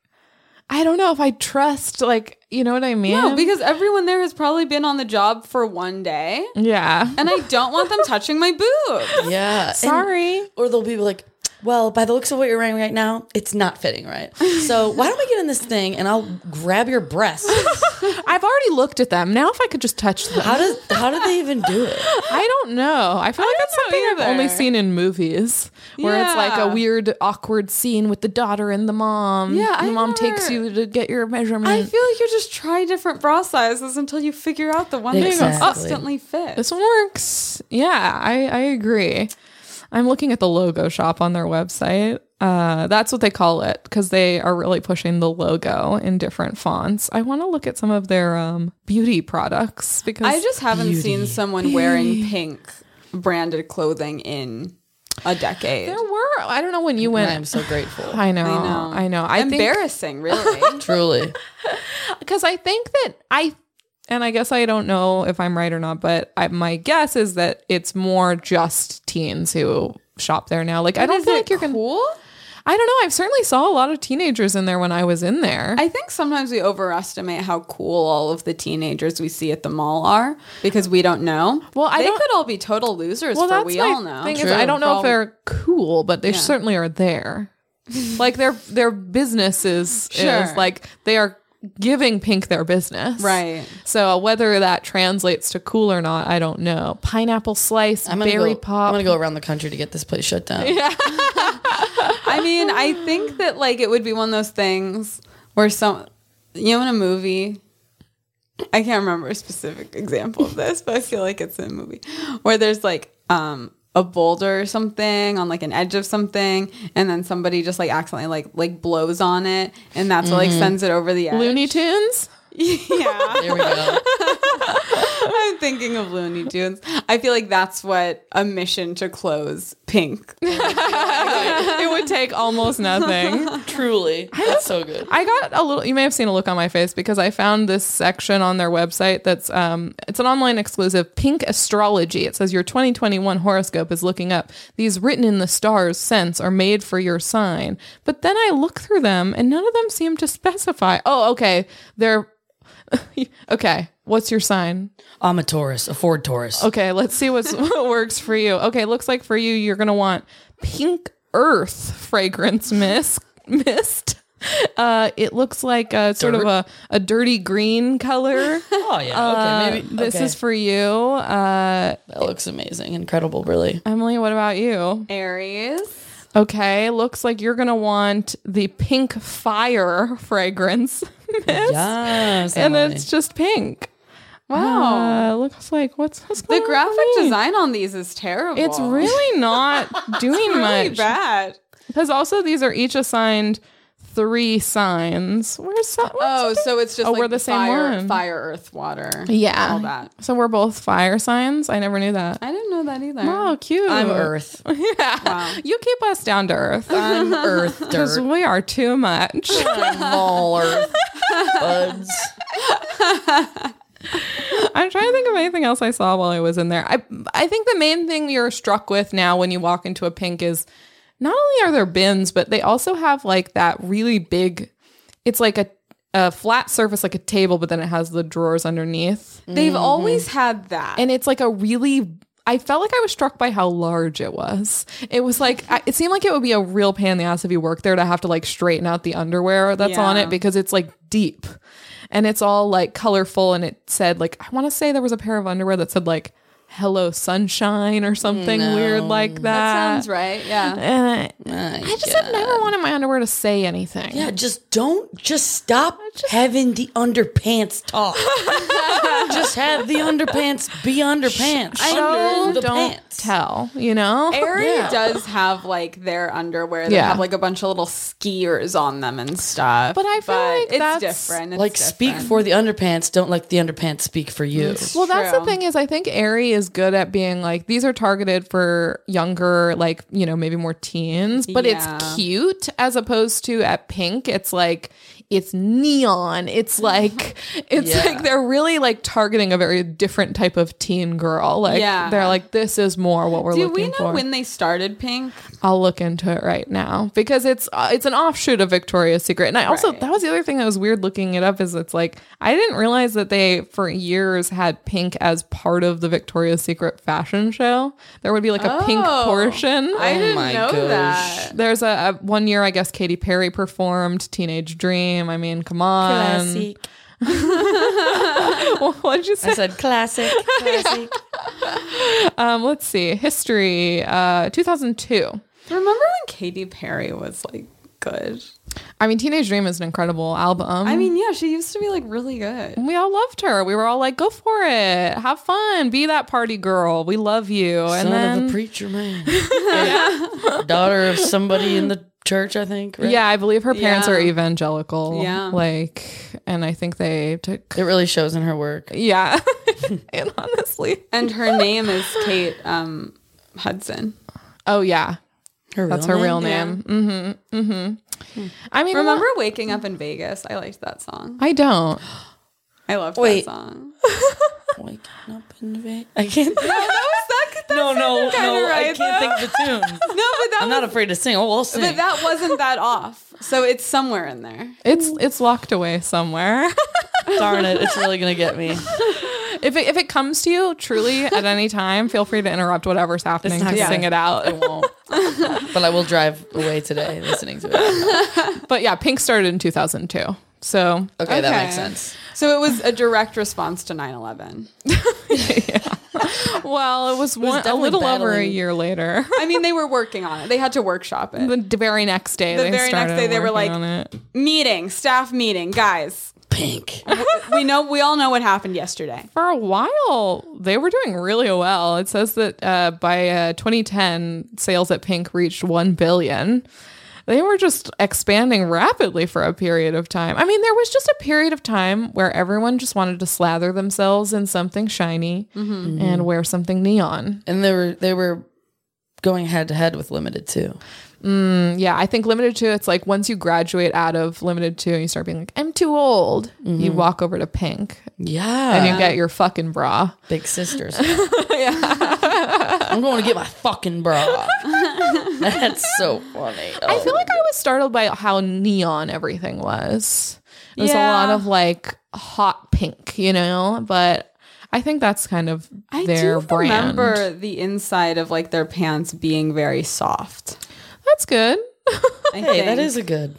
I don't know if I trust. Like, you know what I mean? No, because everyone there has probably been on the job for one day, yeah. and I don't want them touching my boobs. Yeah. and- Sorry. or they'll be like, well, by the looks of what you're wearing right now, it's not fitting right. So why don't we get in this thing and I'll grab your breasts? I've already looked at them. Now, if I could just touch them, How does how did they even do it? I don't know. I feel like that's don't know something I've only either. seen in movies where it's like Yeah. a weird, awkward scene with the daughter and the mom. Yeah, the I mom never- takes you to get your measurement. I feel like you just try different bra sizes until you figure out the one that Exactly. constantly fits. this one works. Yeah, I, I agree. I'm looking at the logo shop on their website. Uh, that's what they call it because they are really pushing the logo in different fonts. I want to look at some of their um, beauty products because I just haven't seen someone wearing pink branded clothing in a decade. there were. I don't know when you went. I am so grateful. I know, I know. I think Embarrassing, really. Truly. because I think that I, and I guess I don't know if I'm right or not, but I, my guess is that it's more just teens who shop there now. Like I don't is feel it like you're gonna. cool? I don't know. I certainly saw a lot of teenagers in there when I was in there. I think sometimes we overestimate how cool all of the teenagers we see at the mall are because we don't know. Well, I they don't- could all be total losers for we all know. Thing is, True. I don't know if Probably. they're cool, but they certainly are there. like their their business is, Sure. is like they are giving Pink their business, Right. So whether that translates to cool or not, I don't know. Pineapple slice, I'm gonna berry go, pop. I'm gonna go around the country to get this place shut down. I mean, I think that like it would be one of those things where some, you know, in a movie, I can't remember a specific example of this, but I feel like it's in a movie where there's like um a boulder or something on like an edge of something, and then somebody just like accidentally like like blows on it, and that's what like sends it over the edge. Mm-hmm. Looney Tunes. yeah. There we go. I'm thinking of Looney Tunes. I feel like that's what a mission to close Pink. it would take almost nothing. Truly, that's so good. I got a little. You may have seen a look on my face because I found this section on their website. That's um, it's an online exclusive. Pink astrology. It says your 2021 horoscope is looking up. These written in the stars sense are made for your sign. But then I look through them, and none of them seem to specify. Oh, okay. They're okay. What's your sign? I'm a Taurus, a Ford Taurus. Okay, let's see what's, what works for you. Okay, looks like for you, you're gonna want pink earth fragrance mist. mist. Uh, it looks like a, sort of a, a dirty green color. Oh yeah. Okay. Uh, Maybe this okay. is for you, uh, that looks amazing, incredible, really. Emily. What about you? Aries. Okay, looks like you're gonna want the pink fire fragrance mist, Yes. and Emily. it's just pink. Wow. Uh, looks like what's, what's Ah. the going on graphic here? design on these is terrible. It's really not doing really much. bad. Because also these are each assigned three signs. Where's so- what's Oh, the- so it's just Oh, like we're the same fire, one. fire, earth, water. yeah, all that. So we're both fire signs. I never knew that. I didn't know that either. Oh, cute. I'm Earth. You keep us down to earth I'm Earth because dirt. we are too much. I'm all Earth buds. I'm trying to think of anything else I saw while I was in there. I I think the main thing you're struck with now when you walk into a pink is not only are there bins, but they also have like that really big. It's like a a flat surface like a table, but then it has the drawers underneath. They've always had that. Mm-hmm. and it's like a really I felt like I was struck by how large it was. It was like I- it seemed like it would be a real pain in the ass if you worked there to have to like straighten out the underwear that's on Yeah. it because it's like deep, and it's all like colorful. And it said like I want to say there was a pair of underwear that said like "Hello Sunshine" or something weird like that. sounds right. Yeah. And I, My I just God. have never wanted my underwear to say anything. Yeah, just don't. Just stop having the underpants talk. just have the underpants be underpants. Show, Under the don't pants. tell. You know. Aerie Yeah. does have like their underwear that Yeah. have like a bunch of little skiers on them and stuff. But I feel like it's that's- different. It's like speak different. for the underpants. Don't let the underpants speak for you. Well, that's the True. thing is, I think Aerie is good at being like these are targeted for younger, like you know, maybe more teens, but Yeah. it's cute as opposed to at Pink, it's like it's neon. It's like it's Yeah. like they're really like targeting a very different type of teen girl. Like Yeah. they're like this is more what we're Do looking we know for. when they started Pink? I'll look into it right now because it's uh, it's an offshoot of Victoria's Secret. And I also Right. that was the other thing that was weird looking it up is it's like I didn't realize that they for years had pink as part of the Victoria's Secret fashion show. There would be like a pink Oh. portion. I didn't my know gosh. that. There's a, a one year I guess Katy Perry performed Teenage Dream. I mean, come on. What'd you say? I said classic. Classic. Um, let's see. History uh 2002. Remember when Katy Perry was like good? I mean, Teenage Dream is an incredible album. I mean, yeah, she used to be like really good. we all loved her. We were all like, "Go for it, have fun, be that party girl. We love you." Son and of a then, preacher man. Daughter of somebody in the church, I think. Right? yeah, I believe her parents Yeah. are evangelical. Yeah. like, and I think they took. It really shows in her work. Yeah, and honestly, And her name is Kate um, Hudson. oh yeah, Her that's real her real name? name. Mm-hmm. Mm-hmm. I mean, Remember Waking Up in Vegas? I liked that song. I don't. I loved Wait. that song. Waking up in Vegas. I can't. That was that, that don't know. No, I right, can't think of the tune. No, but that I'm was, not afraid to sing. Oh, I'll sing. but that wasn't that off. So it's somewhere in there. It's it's locked away somewhere. Darn it, it's really gonna get me. if it, if it comes to you truly at any time, feel free to interrupt whatever's happening not to gonna- sing it I out. won't. But I will drive away today listening to it. But yeah, Pink started in 2002. So Okay, that makes sense. So it was a direct response to 9 11. well, it was, one, a definitely little over a battling- year later. I mean, they were working on it, they had to workshop it. the d- very next day, The they very next started day they were like- working on it. meeting, staff meeting, guys. Pink. we know, we all know what happened yesterday. for a while they were doing really well. It says that uh, by uh, 2010, sales at Pink reached one billion. They were just expanding rapidly for a period of time. I mean, there was just a period of time where everyone just wanted to slather themselves in something shiny Mm-hmm. and wear something neon. And they were they were going head to head with limited too. Yeah, I think limited two. It's like once you graduate out of limited two and you start being like, I'm too old. You Mm-hmm. walk over to Pink Yeah. and you get your fucking bra. big sisters. I'm going to get my fucking bra. That's so funny. Oh. I feel like I was startled by how neon everything was. It was Yeah. a lot of like hot pink, you know, but I think that's kind of I their do brand. remember the inside of like their pants being very soft. That's good. I hey, that think. is a good.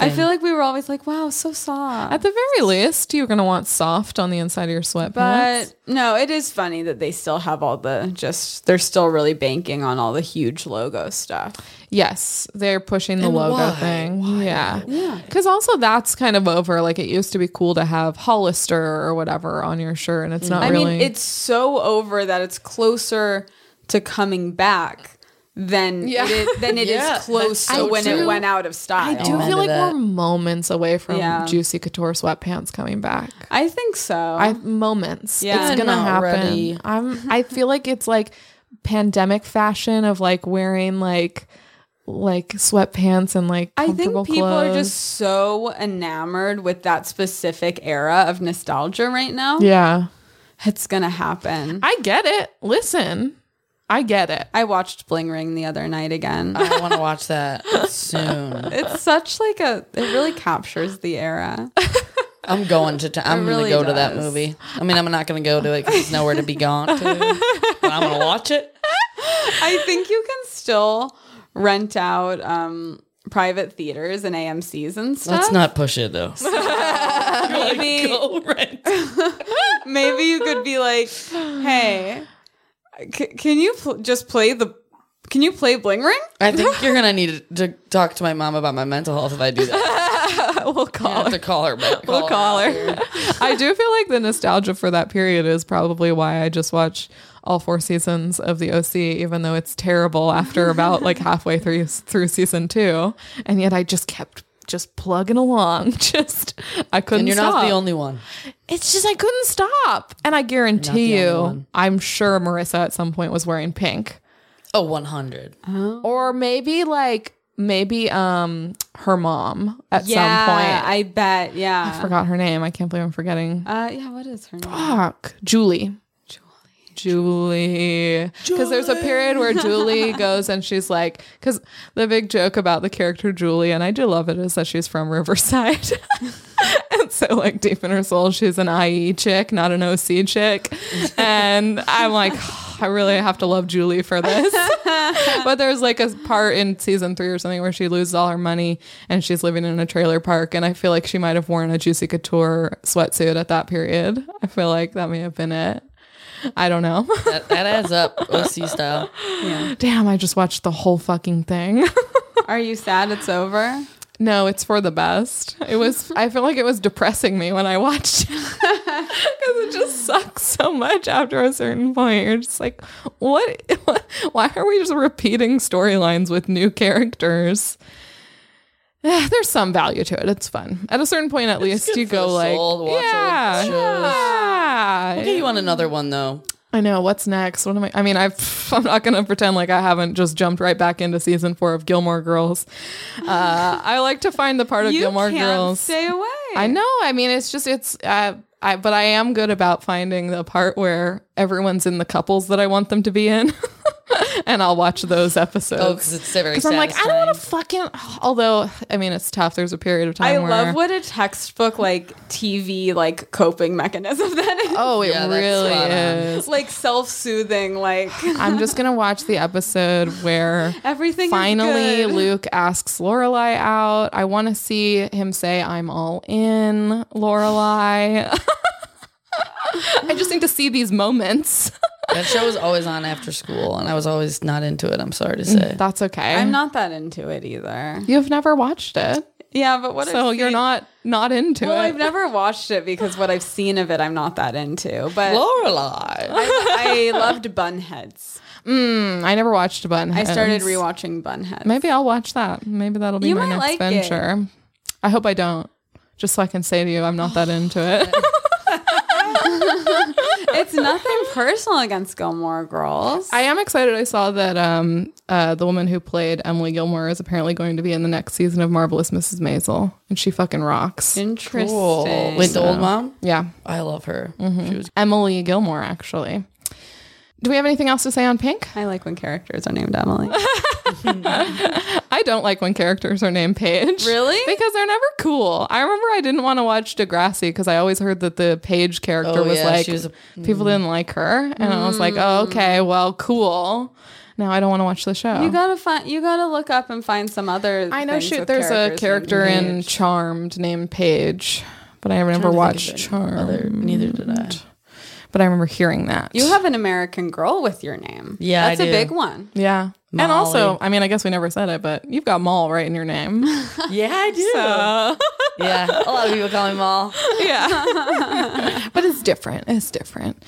I feel like we were always like, wow, so soft. At the very least, you're going to want soft on the inside of your sweatpants. But no, it is funny that they still have all the just they're still really banking on all the huge logo stuff. Yes, they're pushing the And logo why? thing. yeah. Yeah. Cuz also that's kind of over like it used to be cool to have Hollister or whatever on your shirt and it's not I really mean, it's so over that it's closer to coming back than Yeah. it is, than it is Yeah, close that's to so when it true. went out of I style. do Amen feel to like that. we're moments away from Yeah. juicy couture sweatpants coming back. I think so. I moments. Yeah. it's gonna Not happen. ready. I'm. I feel like it's like pandemic fashion of like wearing like like sweatpants and like I comfortable think people are clothes. just so enamored with that specific era of nostalgia right now. yeah. It's gonna happen. I get it. Listen, I get it. I watched Bling Ring the other night again. I want to watch that soon. it's such like a it really captures the era. I'm going to. T- I'm really gonna go to that does. movie. I mean, I'm not gonna go to it because there's nowhere to be gone to. But I'm gonna watch it. I think you can still rent out um private theaters and AMC's and Let's stuff. not push it though. maybe Go rent. maybe you could be like, "Hey, c- can you pl- just play the can you play Bling Ring?" I think you're gonna need to talk to my mom about my mental health if I do that. we'll I call have her. to call her back. We'll call her. I do feel like the nostalgia for that period is probably why I just watch all four seasons of the OC, even though it's terrible after about like halfway through through season two, and yet I just kept just plugging along. Just I couldn't. And you're stop. not the only one. It's just I couldn't stop, and I guarantee You're not the only you, one. I'm sure Marissa at some point was wearing pink, Oh, 100. or maybe like maybe um her mom at some point. I bet. Yeah. I forgot her name. I can't believe I'm forgetting. Uh, yeah, what is her name? Fuck. Julie. Julie. Because there's a period where Julie goes and she's like, because the big joke about the character Julie, and I do love it, is that she's from Riverside. and so, like, deep in her soul, she's an IE chick, not an OC chick. And I'm like, I really have to love Julie for this. but there's like a part in season three or something where she loses all her money and she's living in a trailer park. And I feel like she might have worn a Juicy Couture sweatsuit at that period. I feel like that may have been it. I don't know. That, that adds up, OC style. Damn, I just watched the whole fucking thing. Are you sad it's over? no, it's for the best. It was, I feel like it was depressing me when I watched it because it just sucks so much after a certain point. You're just like, what? Why are we just repeating storylines with new characters? Eh, There's some value to it. It's fun. At a certain point, at least, good you for the go like, soul to watch old yeah, shows. yeah. I'll get you on another one though. I know. What's next? What am I? I mean, I've, I'm not going to pretend like I haven't just jumped right back into season four of Gilmore Girls. Uh, I like to find the part of you Gilmore can't Girls. stay away. I know. I mean, it's just it's. Uh, I but I am good about finding the part where everyone's in the couples that I want them to be in. and I'll watch those episodes. Oh, because it's very. Because I'm like, I don't want satisfying. to fucking. Although, I mean, it's tough. There's a period of I time where love what a textbook like TV like coping mechanism that is. oh, it Yeah, that's really spot on. is. Like self soothing, like I'm just gonna watch the episode where everything. is finally good. Luke asks Lorelai out. I want to see him say, "I'm all in, Lorelai." I just need to see these moments. That show was always on after school, and I was always not into it. I'm sorry to say. That's okay. I'm not that into it either. You've never watched it, Yeah, but what? so I've you're seen- not not into Well, it. I've never watched it because what I've seen of it, I'm not that into. Mm. But Lorelai. I, I loved Bunheads. Mm, I never watched Button. I started rewatching Bunheads. Maybe I'll watch that. Maybe that'll be You my might next like it. venture. I hope I don't. Just so I can say to you, I'm not that into it. it's nothing personal against Gilmore Girls. I am excited. I saw that um, uh, the woman who played Emily Gilmore is apparently going to be in the next season of Marvelous Mrs. Maisel, and she fucking rocks. Interesting. With the old mom, Yeah, I love her. Mm-hmm. She was. Emily Gilmore actually. Do we have anything else to say on Pink? I like when characters are named Emily. I don't like when characters are named Paige. Really? Because they're never cool. I remember I didn't want to watch Degrassi because I always heard that the Paige character Oh, was yeah, like she was a- mm. people didn't like her, and I was like, oh, okay, well, cool. Now I don't want to watch the show. You gotta find. You gotta look up and find some other. I know. things Shoot, with there's a characters character named in Charmed named Paige, but I never watched Charmed. Other, neither did I. But I remember hearing that. Paige. You have an American Girl with your name. Yeah, I that's a do. big one. yeah. And Molly. also, I mean, I guess we never said it, but you've got Mall right in your name. Yeah, I do. yeah, a lot of people call me Mall. yeah. but it's different. It's different.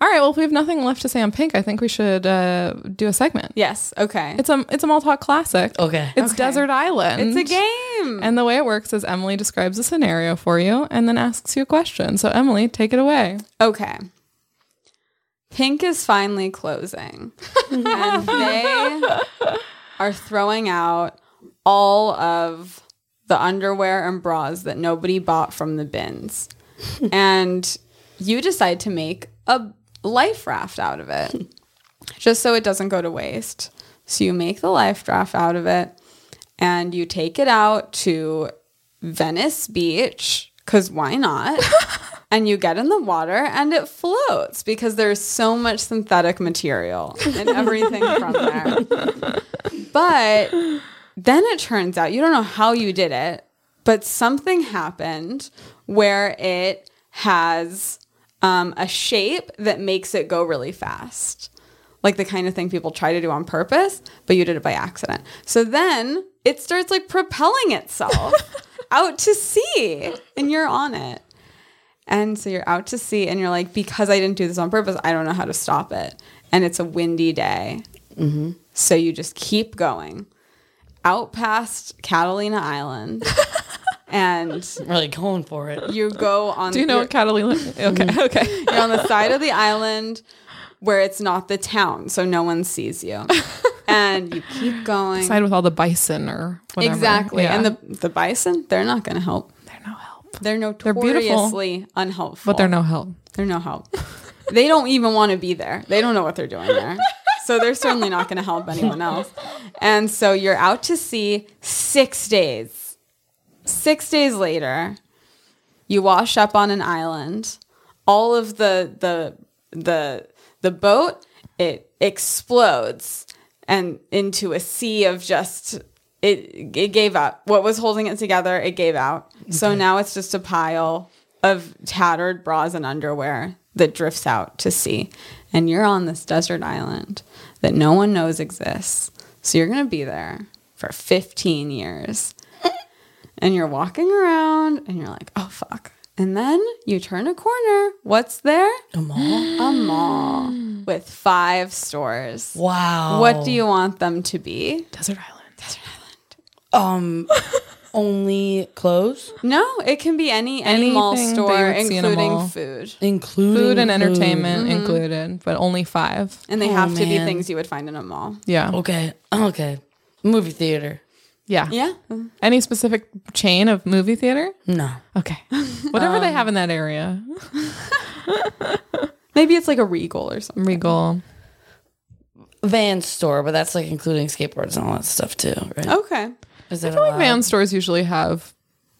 All right. Well, if we have nothing left to say on Pink, I think we should uh, do a segment. Yes. Okay. It's a it's a mall talk classic. Okay. It's Desert Island. Oh, It's a game. And the way it works is Emily describes a scenario for you and then asks you a question. So Emily, take it away. Okay. Pink is finally closing. and they are throwing out all of the underwear and bras that nobody bought from the bins. and you decide to make a life raft out of it just so it doesn't go to waste. So you make the life raft out of it and you take it out to Venice Beach because why not? and you get in the water and it floats because there's so much synthetic material and everything from there. But then it turns out you don't know how you did it, but something happened where it has um, a shape that makes it go really fast. Like the kind of thing people try to do on purpose, but you did it by accident. So then it starts like propelling itself out to sea and you're on it. And so you're out to sea and you're like, because I didn't do this on purpose, I don't know how to stop it. And it's a windy day. So you just keep going out past Catalina Island and I'm really going for it. you go on Do you know you're- what Catalina? Okay. Okay. you're on the side of the island where it's not the town, so no one sees you. And you keep going. Side with all the bison or whatever. Exactly. Yeah. And the, the bison, they're not going to help. they're no help. They're beautiful, notoriously unhelpful. But they're no help. They're no help. they don't even want to be there. They don't know what they're doing there. So they're certainly not going to help anyone else. And so you're out to sea six days. Six days later, you wash up on an island. All of the the the the boat it explodes and into a sea of just it it gave up. What was holding it together, it gave out. So now it's just a pile of tattered bras and underwear that drifts out to sea. And you're on this desert island that no one knows exists. So you're going to be there for 15 years. and you're walking around and you're like, oh, fuck. And then you turn a corner. What's there? A mall? A mall with five stores. Wow. What do you want them to be? Desert Island. Um, only clothes, No, it can be any any mall Anything that you store, would see in a including mall. food. including Food Mm-hmm. and entertainment included, but only five. And they Oh, have to be man. things you would find in a mall. Yeah. Okay. Okay. Movie theater. Oh. Yeah. Yeah. Any specific chain of movie theater? Um, No. Okay. Whatever they have in that area. Maybe it's like a regal or something. Regal. van store, but that's like including skateboards and all that stuff too, right? Okay. Is that I feel like allowed? van stores usually have,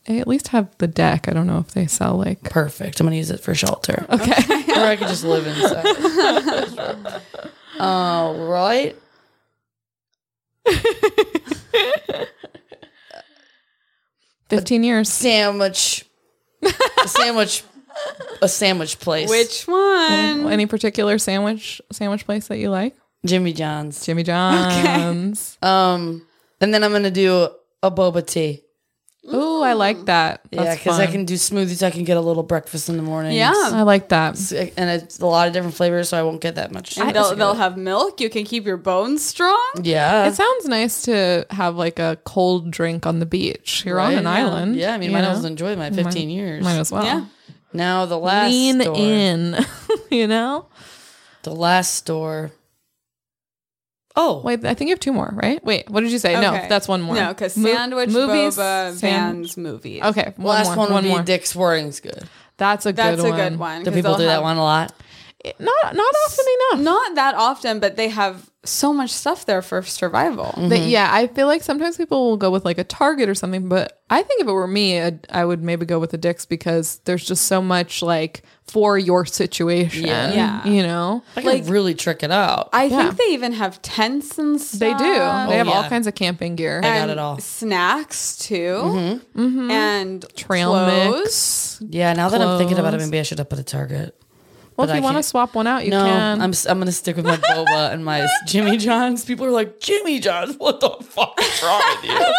they at least have the deck. I don't know if they sell like. Perfect. I'm gonna use it for shelter, Okay. or I could just live inside. All right. Fifteen years. sandwich, a sandwich, a sandwich place. Which one? Any particular sandwich sandwich place that you like? Jimmy John's. Jimmy John's. Um, and then I'm gonna do a boba tea. Ooh, I like that. That's yeah, because I fun. can do smoothies. I can get a little breakfast in the morning. Yeah. I like that. and it's a lot of different flavors, so I won't get that much. And they'll, they'll have milk. You can keep your bones strong. yeah. It sounds nice to have like a cold drink on the beach. You're on Right? an island. Yeah, I mean, you might know? as well enjoy my 15 years. Might as well. Uh, Yeah. Now the last Lean store. in. you know. The last store. Oh, Wait, I think you have two more, right? Wait, what did you say? No, Okay. that's one more. No, because Mo- sandwich, movies, boba, sand- vans, movies. Okay, one last more, one would be more. Dick's Sporting's Good. That's a good That's one. a good one. Do 'cause people they'll do that have- one a lot? Not not often enough. Not that often, but they have so much stuff there for survival. Mm. But mm-hmm. yeah, I feel like sometimes people will go with like a Target or something, but I think if it were me, I'd, I would maybe go with a Dick's because there's just so much like for your situation. Yeah. Yeah. You know? I can really trick it out. I Yeah. think they even have tents and stuff. They do. they have all yeah. kinds of camping gear. got And it Oh, all. Mm-hmm. Snacks too, and Mm-hmm. Trail clothes. mix. yeah, now that I'm thinking about it, maybe I should up at a Target. Well, But if I you want to can't- swap one out, you No, can. I'm s- I'm gonna stick with my boba and my Jimmy John's. People are like Jimmy John's. What the fuck is wrong with you?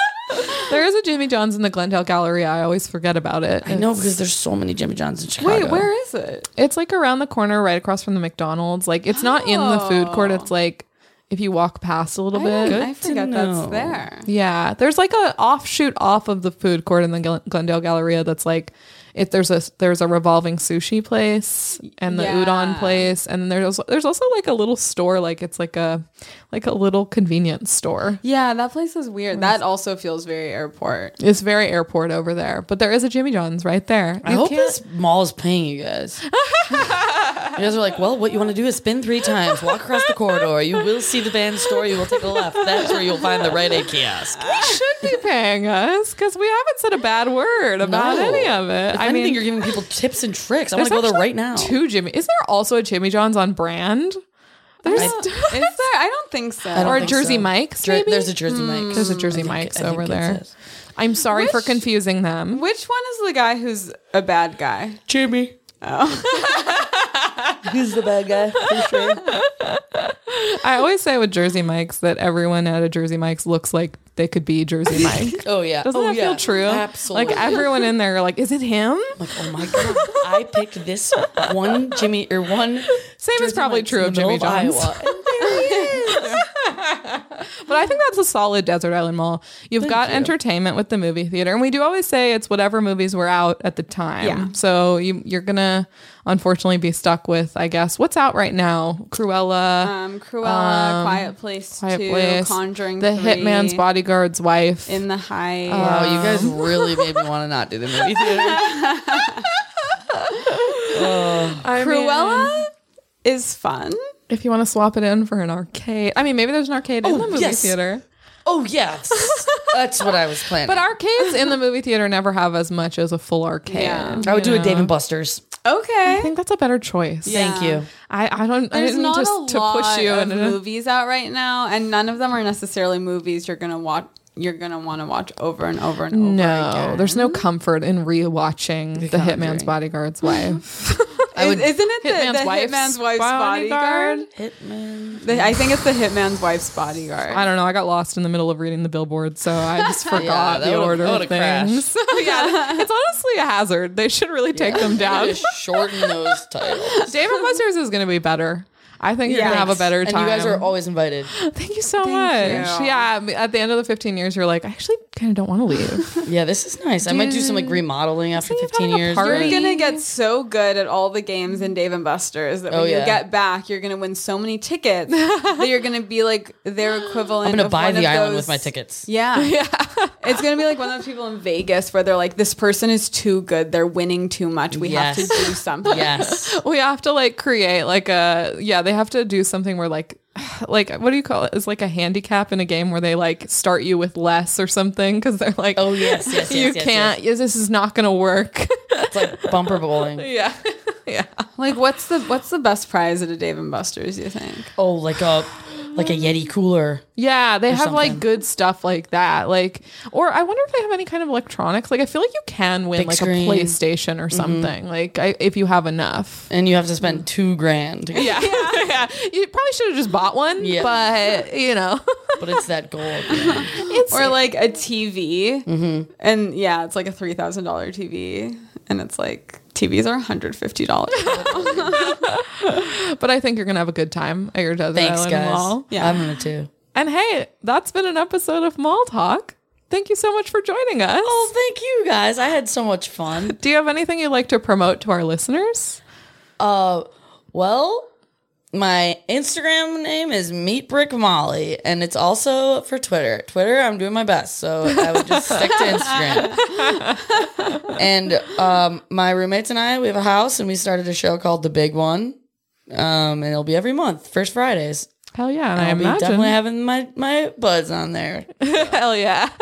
there is a Jimmy John's in the Glendale Gallery. I always forget about it. I know because there's so many Jimmy John's in Chicago. Wait, where is it? It's like around the corner, right across from the McDonald's. Like it's not in the food court. Oh. It's like if you walk past a little I, bit. I forget know. that's there. Yeah, there's like a offshoot off of the food court in the Glen- Glendale Galleria that's like if there's a there's a revolving sushi place and the udon Yeah. place and then there's also, there's also like a little store like it's like a like a little convenience store. Yeah, that place is weird. That also feels very airport. It's very airport over there, but there is a Jimmy John's right there. I You hope can't- this mall is paying you guys. you guys are like, well, what you want to do is spin three times, walk across the corridor. You will see the van store. You will take a left. That's where you'll find the Rite Aid kiosk. they should be paying us because we haven't said a bad word about No. any of it. If I anything, mean, you're giving people tips and tricks. I want there's to go there actually right now. Two Jimmy. Is there also a Jimmy John's on brand? There's is there? I don't think so. don't or think Jersey so. Mike's. Jer- maybe? Mm. there's a Jersey Mike's. There's a Jersey I Mike's I over it there. says. I'm sorry for Which- confusing them. Which one is the guy who's a bad guy? Jimmy. Oh. He's the bad guy for sure. I always say with Jersey Mike's that everyone at a Jersey Mike's looks like they could be Jersey Mike. Oh yeah. Doesn't oh, that yeah. feel true? Absolutely. Like everyone in there, are like, is it him? Like, oh my god! I picked this one Jimmy or one. Same is probably Mike's true in of the Jimmy middle of John's. Iowa. But I think that's a solid Desert Island Mall. You've got entertainment with the movie theater, and we do always say it's whatever movies were out at the time. Yeah. So you, you're gonna unfortunately be stuck with, I guess, what's out right now: Cruella, Uh, Um, Cruella, Quiet Place Quiet Two, Place, Conjuring, The three, Hitman's Bodyguard's Wife. in the Height. Wow, you guys Um, really made me want to not do the movie theater. Cruella is fun. If you want to swap it in for an arcade, I mean, maybe there's an arcade in the movie yes. theater, Oh yes, that's what I was planning. but arcades in the movie theater never have as much as a full arcade. Yeah. I would you do a Dave know? and Buster's. I Okay. think that's a better choice. Thank Yeah. you. I, I don't. I There's didn't not just a to lot push you uh, of into- movies out right now, and none of them are necessarily movies you're gonna watch. You're gonna want to watch over and over and over. No, again. there's no comfort in rewatching The, Hitman's Conjuring. Bodyguard's Wife. Is, isn't it the, Hitman's the Wife's Hitman's Wife's Bodyguard? Bodyguard? Hitman. The- I think it's the Hitman's Wife's Bodyguard. I don't know. I got lost in the middle of reading the billboard, so I just forgot that the would've- order that of would've crashed. things. yeah, it's honestly a hazard. They should really take them down. Just shorten those titles. David Buster's is going to be better. I think you're going to have a better time. And you guys are always invited. Thank you so much. you. Yeah, I mean, at the end of the 15 years, you're like, I actually kind of don't want to leave. Yeah, this is nice. I might do some like remodeling after Instead of 15 having a years. party- but- You're gonna get so good at all the games in Dave and Buster's that when Oh, you yeah. get back, you're gonna win so many tickets that you're gonna be like their equivalent. I'm gonna of buy one the of island those- with my tickets. Yeah, yeah. it's gonna be like one of those people in Vegas where they're like, "This person is too good. They're winning too much. We have Yes. to do something." Yes. we have to like create like a yeah. They have to do something where like like what do you call it? It's like a handicap in a game where they like start you with less or something because they're like, Oh, yes, yes, yes, you yes, can't. This is not gonna work. It's like bumper bowling. yeah, yeah. Like, what's the what's the best prize at a Dave and Buster's? You think? Oh, like a like a Yeti cooler. Yeah, they have like something. good stuff like that. Like, or I wonder if they have any kind of electronics. Like, I feel like you can win Big like screen. Mm-hmm. a PlayStation or something. Like, I, if you have enough. And you have to spend two grand. to- Yeah, yeah. You probably should have just bought one, Yeah. but you know, But it's that gold. yeah. it's or like a TV, and yeah, it's like a three thousand dollar TV, and it's like TVs are one hundred fifty dollars. But I think you're gonna have a good time at your desert Thanks, island guys. mall. Yeah. I'm gonna too. And hey, that's been an episode of Mall Talk. Thank you so much for joining us. Well, Oh, thank you guys. I had so much fun. Do you have anything you'd like to promote to our listeners? Uh, Well, my Instagram name is Meatbrick Molly, and it's also for Twitter. Twitter, I'm doing my best, so I would just stick to Instagram. and um, my roommates and I, we have a house, and we started a show called The Big One, um, and it'll be every month, first Fridays. Hell yeah, and I I'll be definitely imagine. having my my buds on there. Hell yeah,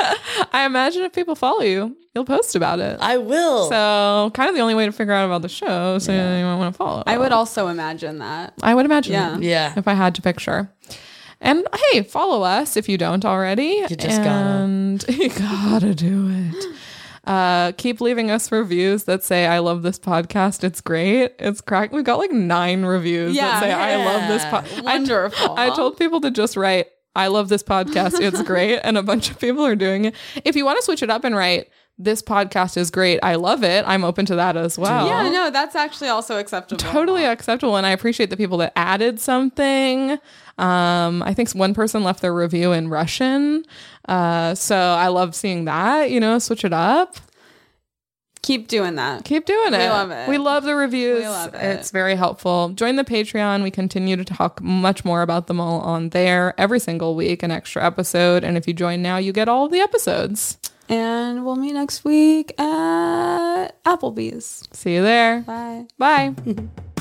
I imagine if people follow you, you'll post about it. I will. so kind of the only way to figure out about the show, so you might want to follow. I would also imagine that. I would imagine. Yeah. it, Yeah. If I had to picture. And hey, follow us if you don't already. You just gotta. and you gotta do it. Uh, keep leaving us reviews that say I love this podcast. It's great. It's crack. We've got like nine reviews Yeah. that say I love this Yeah. podcast. Wonderful. I told people to just write, I love this podcast. It's great. And a bunch of people are doing it. If you want to switch it up and write, this podcast is great. I love it. I'm open to that as well. Yeah, no, that's actually also acceptable. Totally acceptable. And I appreciate the people that added something. Um, I think one person left their review in Russian. Uh, so I love seeing that, you know, switch it up. Keep doing that. Keep doing it. love it. We love the reviews. We love it. It's very helpful. Join the Patreon. We continue to talk much more about them all on there every single week, an extra episode. And if you join now, you get all of the episodes. And we'll meet next week at Applebee's. See you there. Bye. Bye.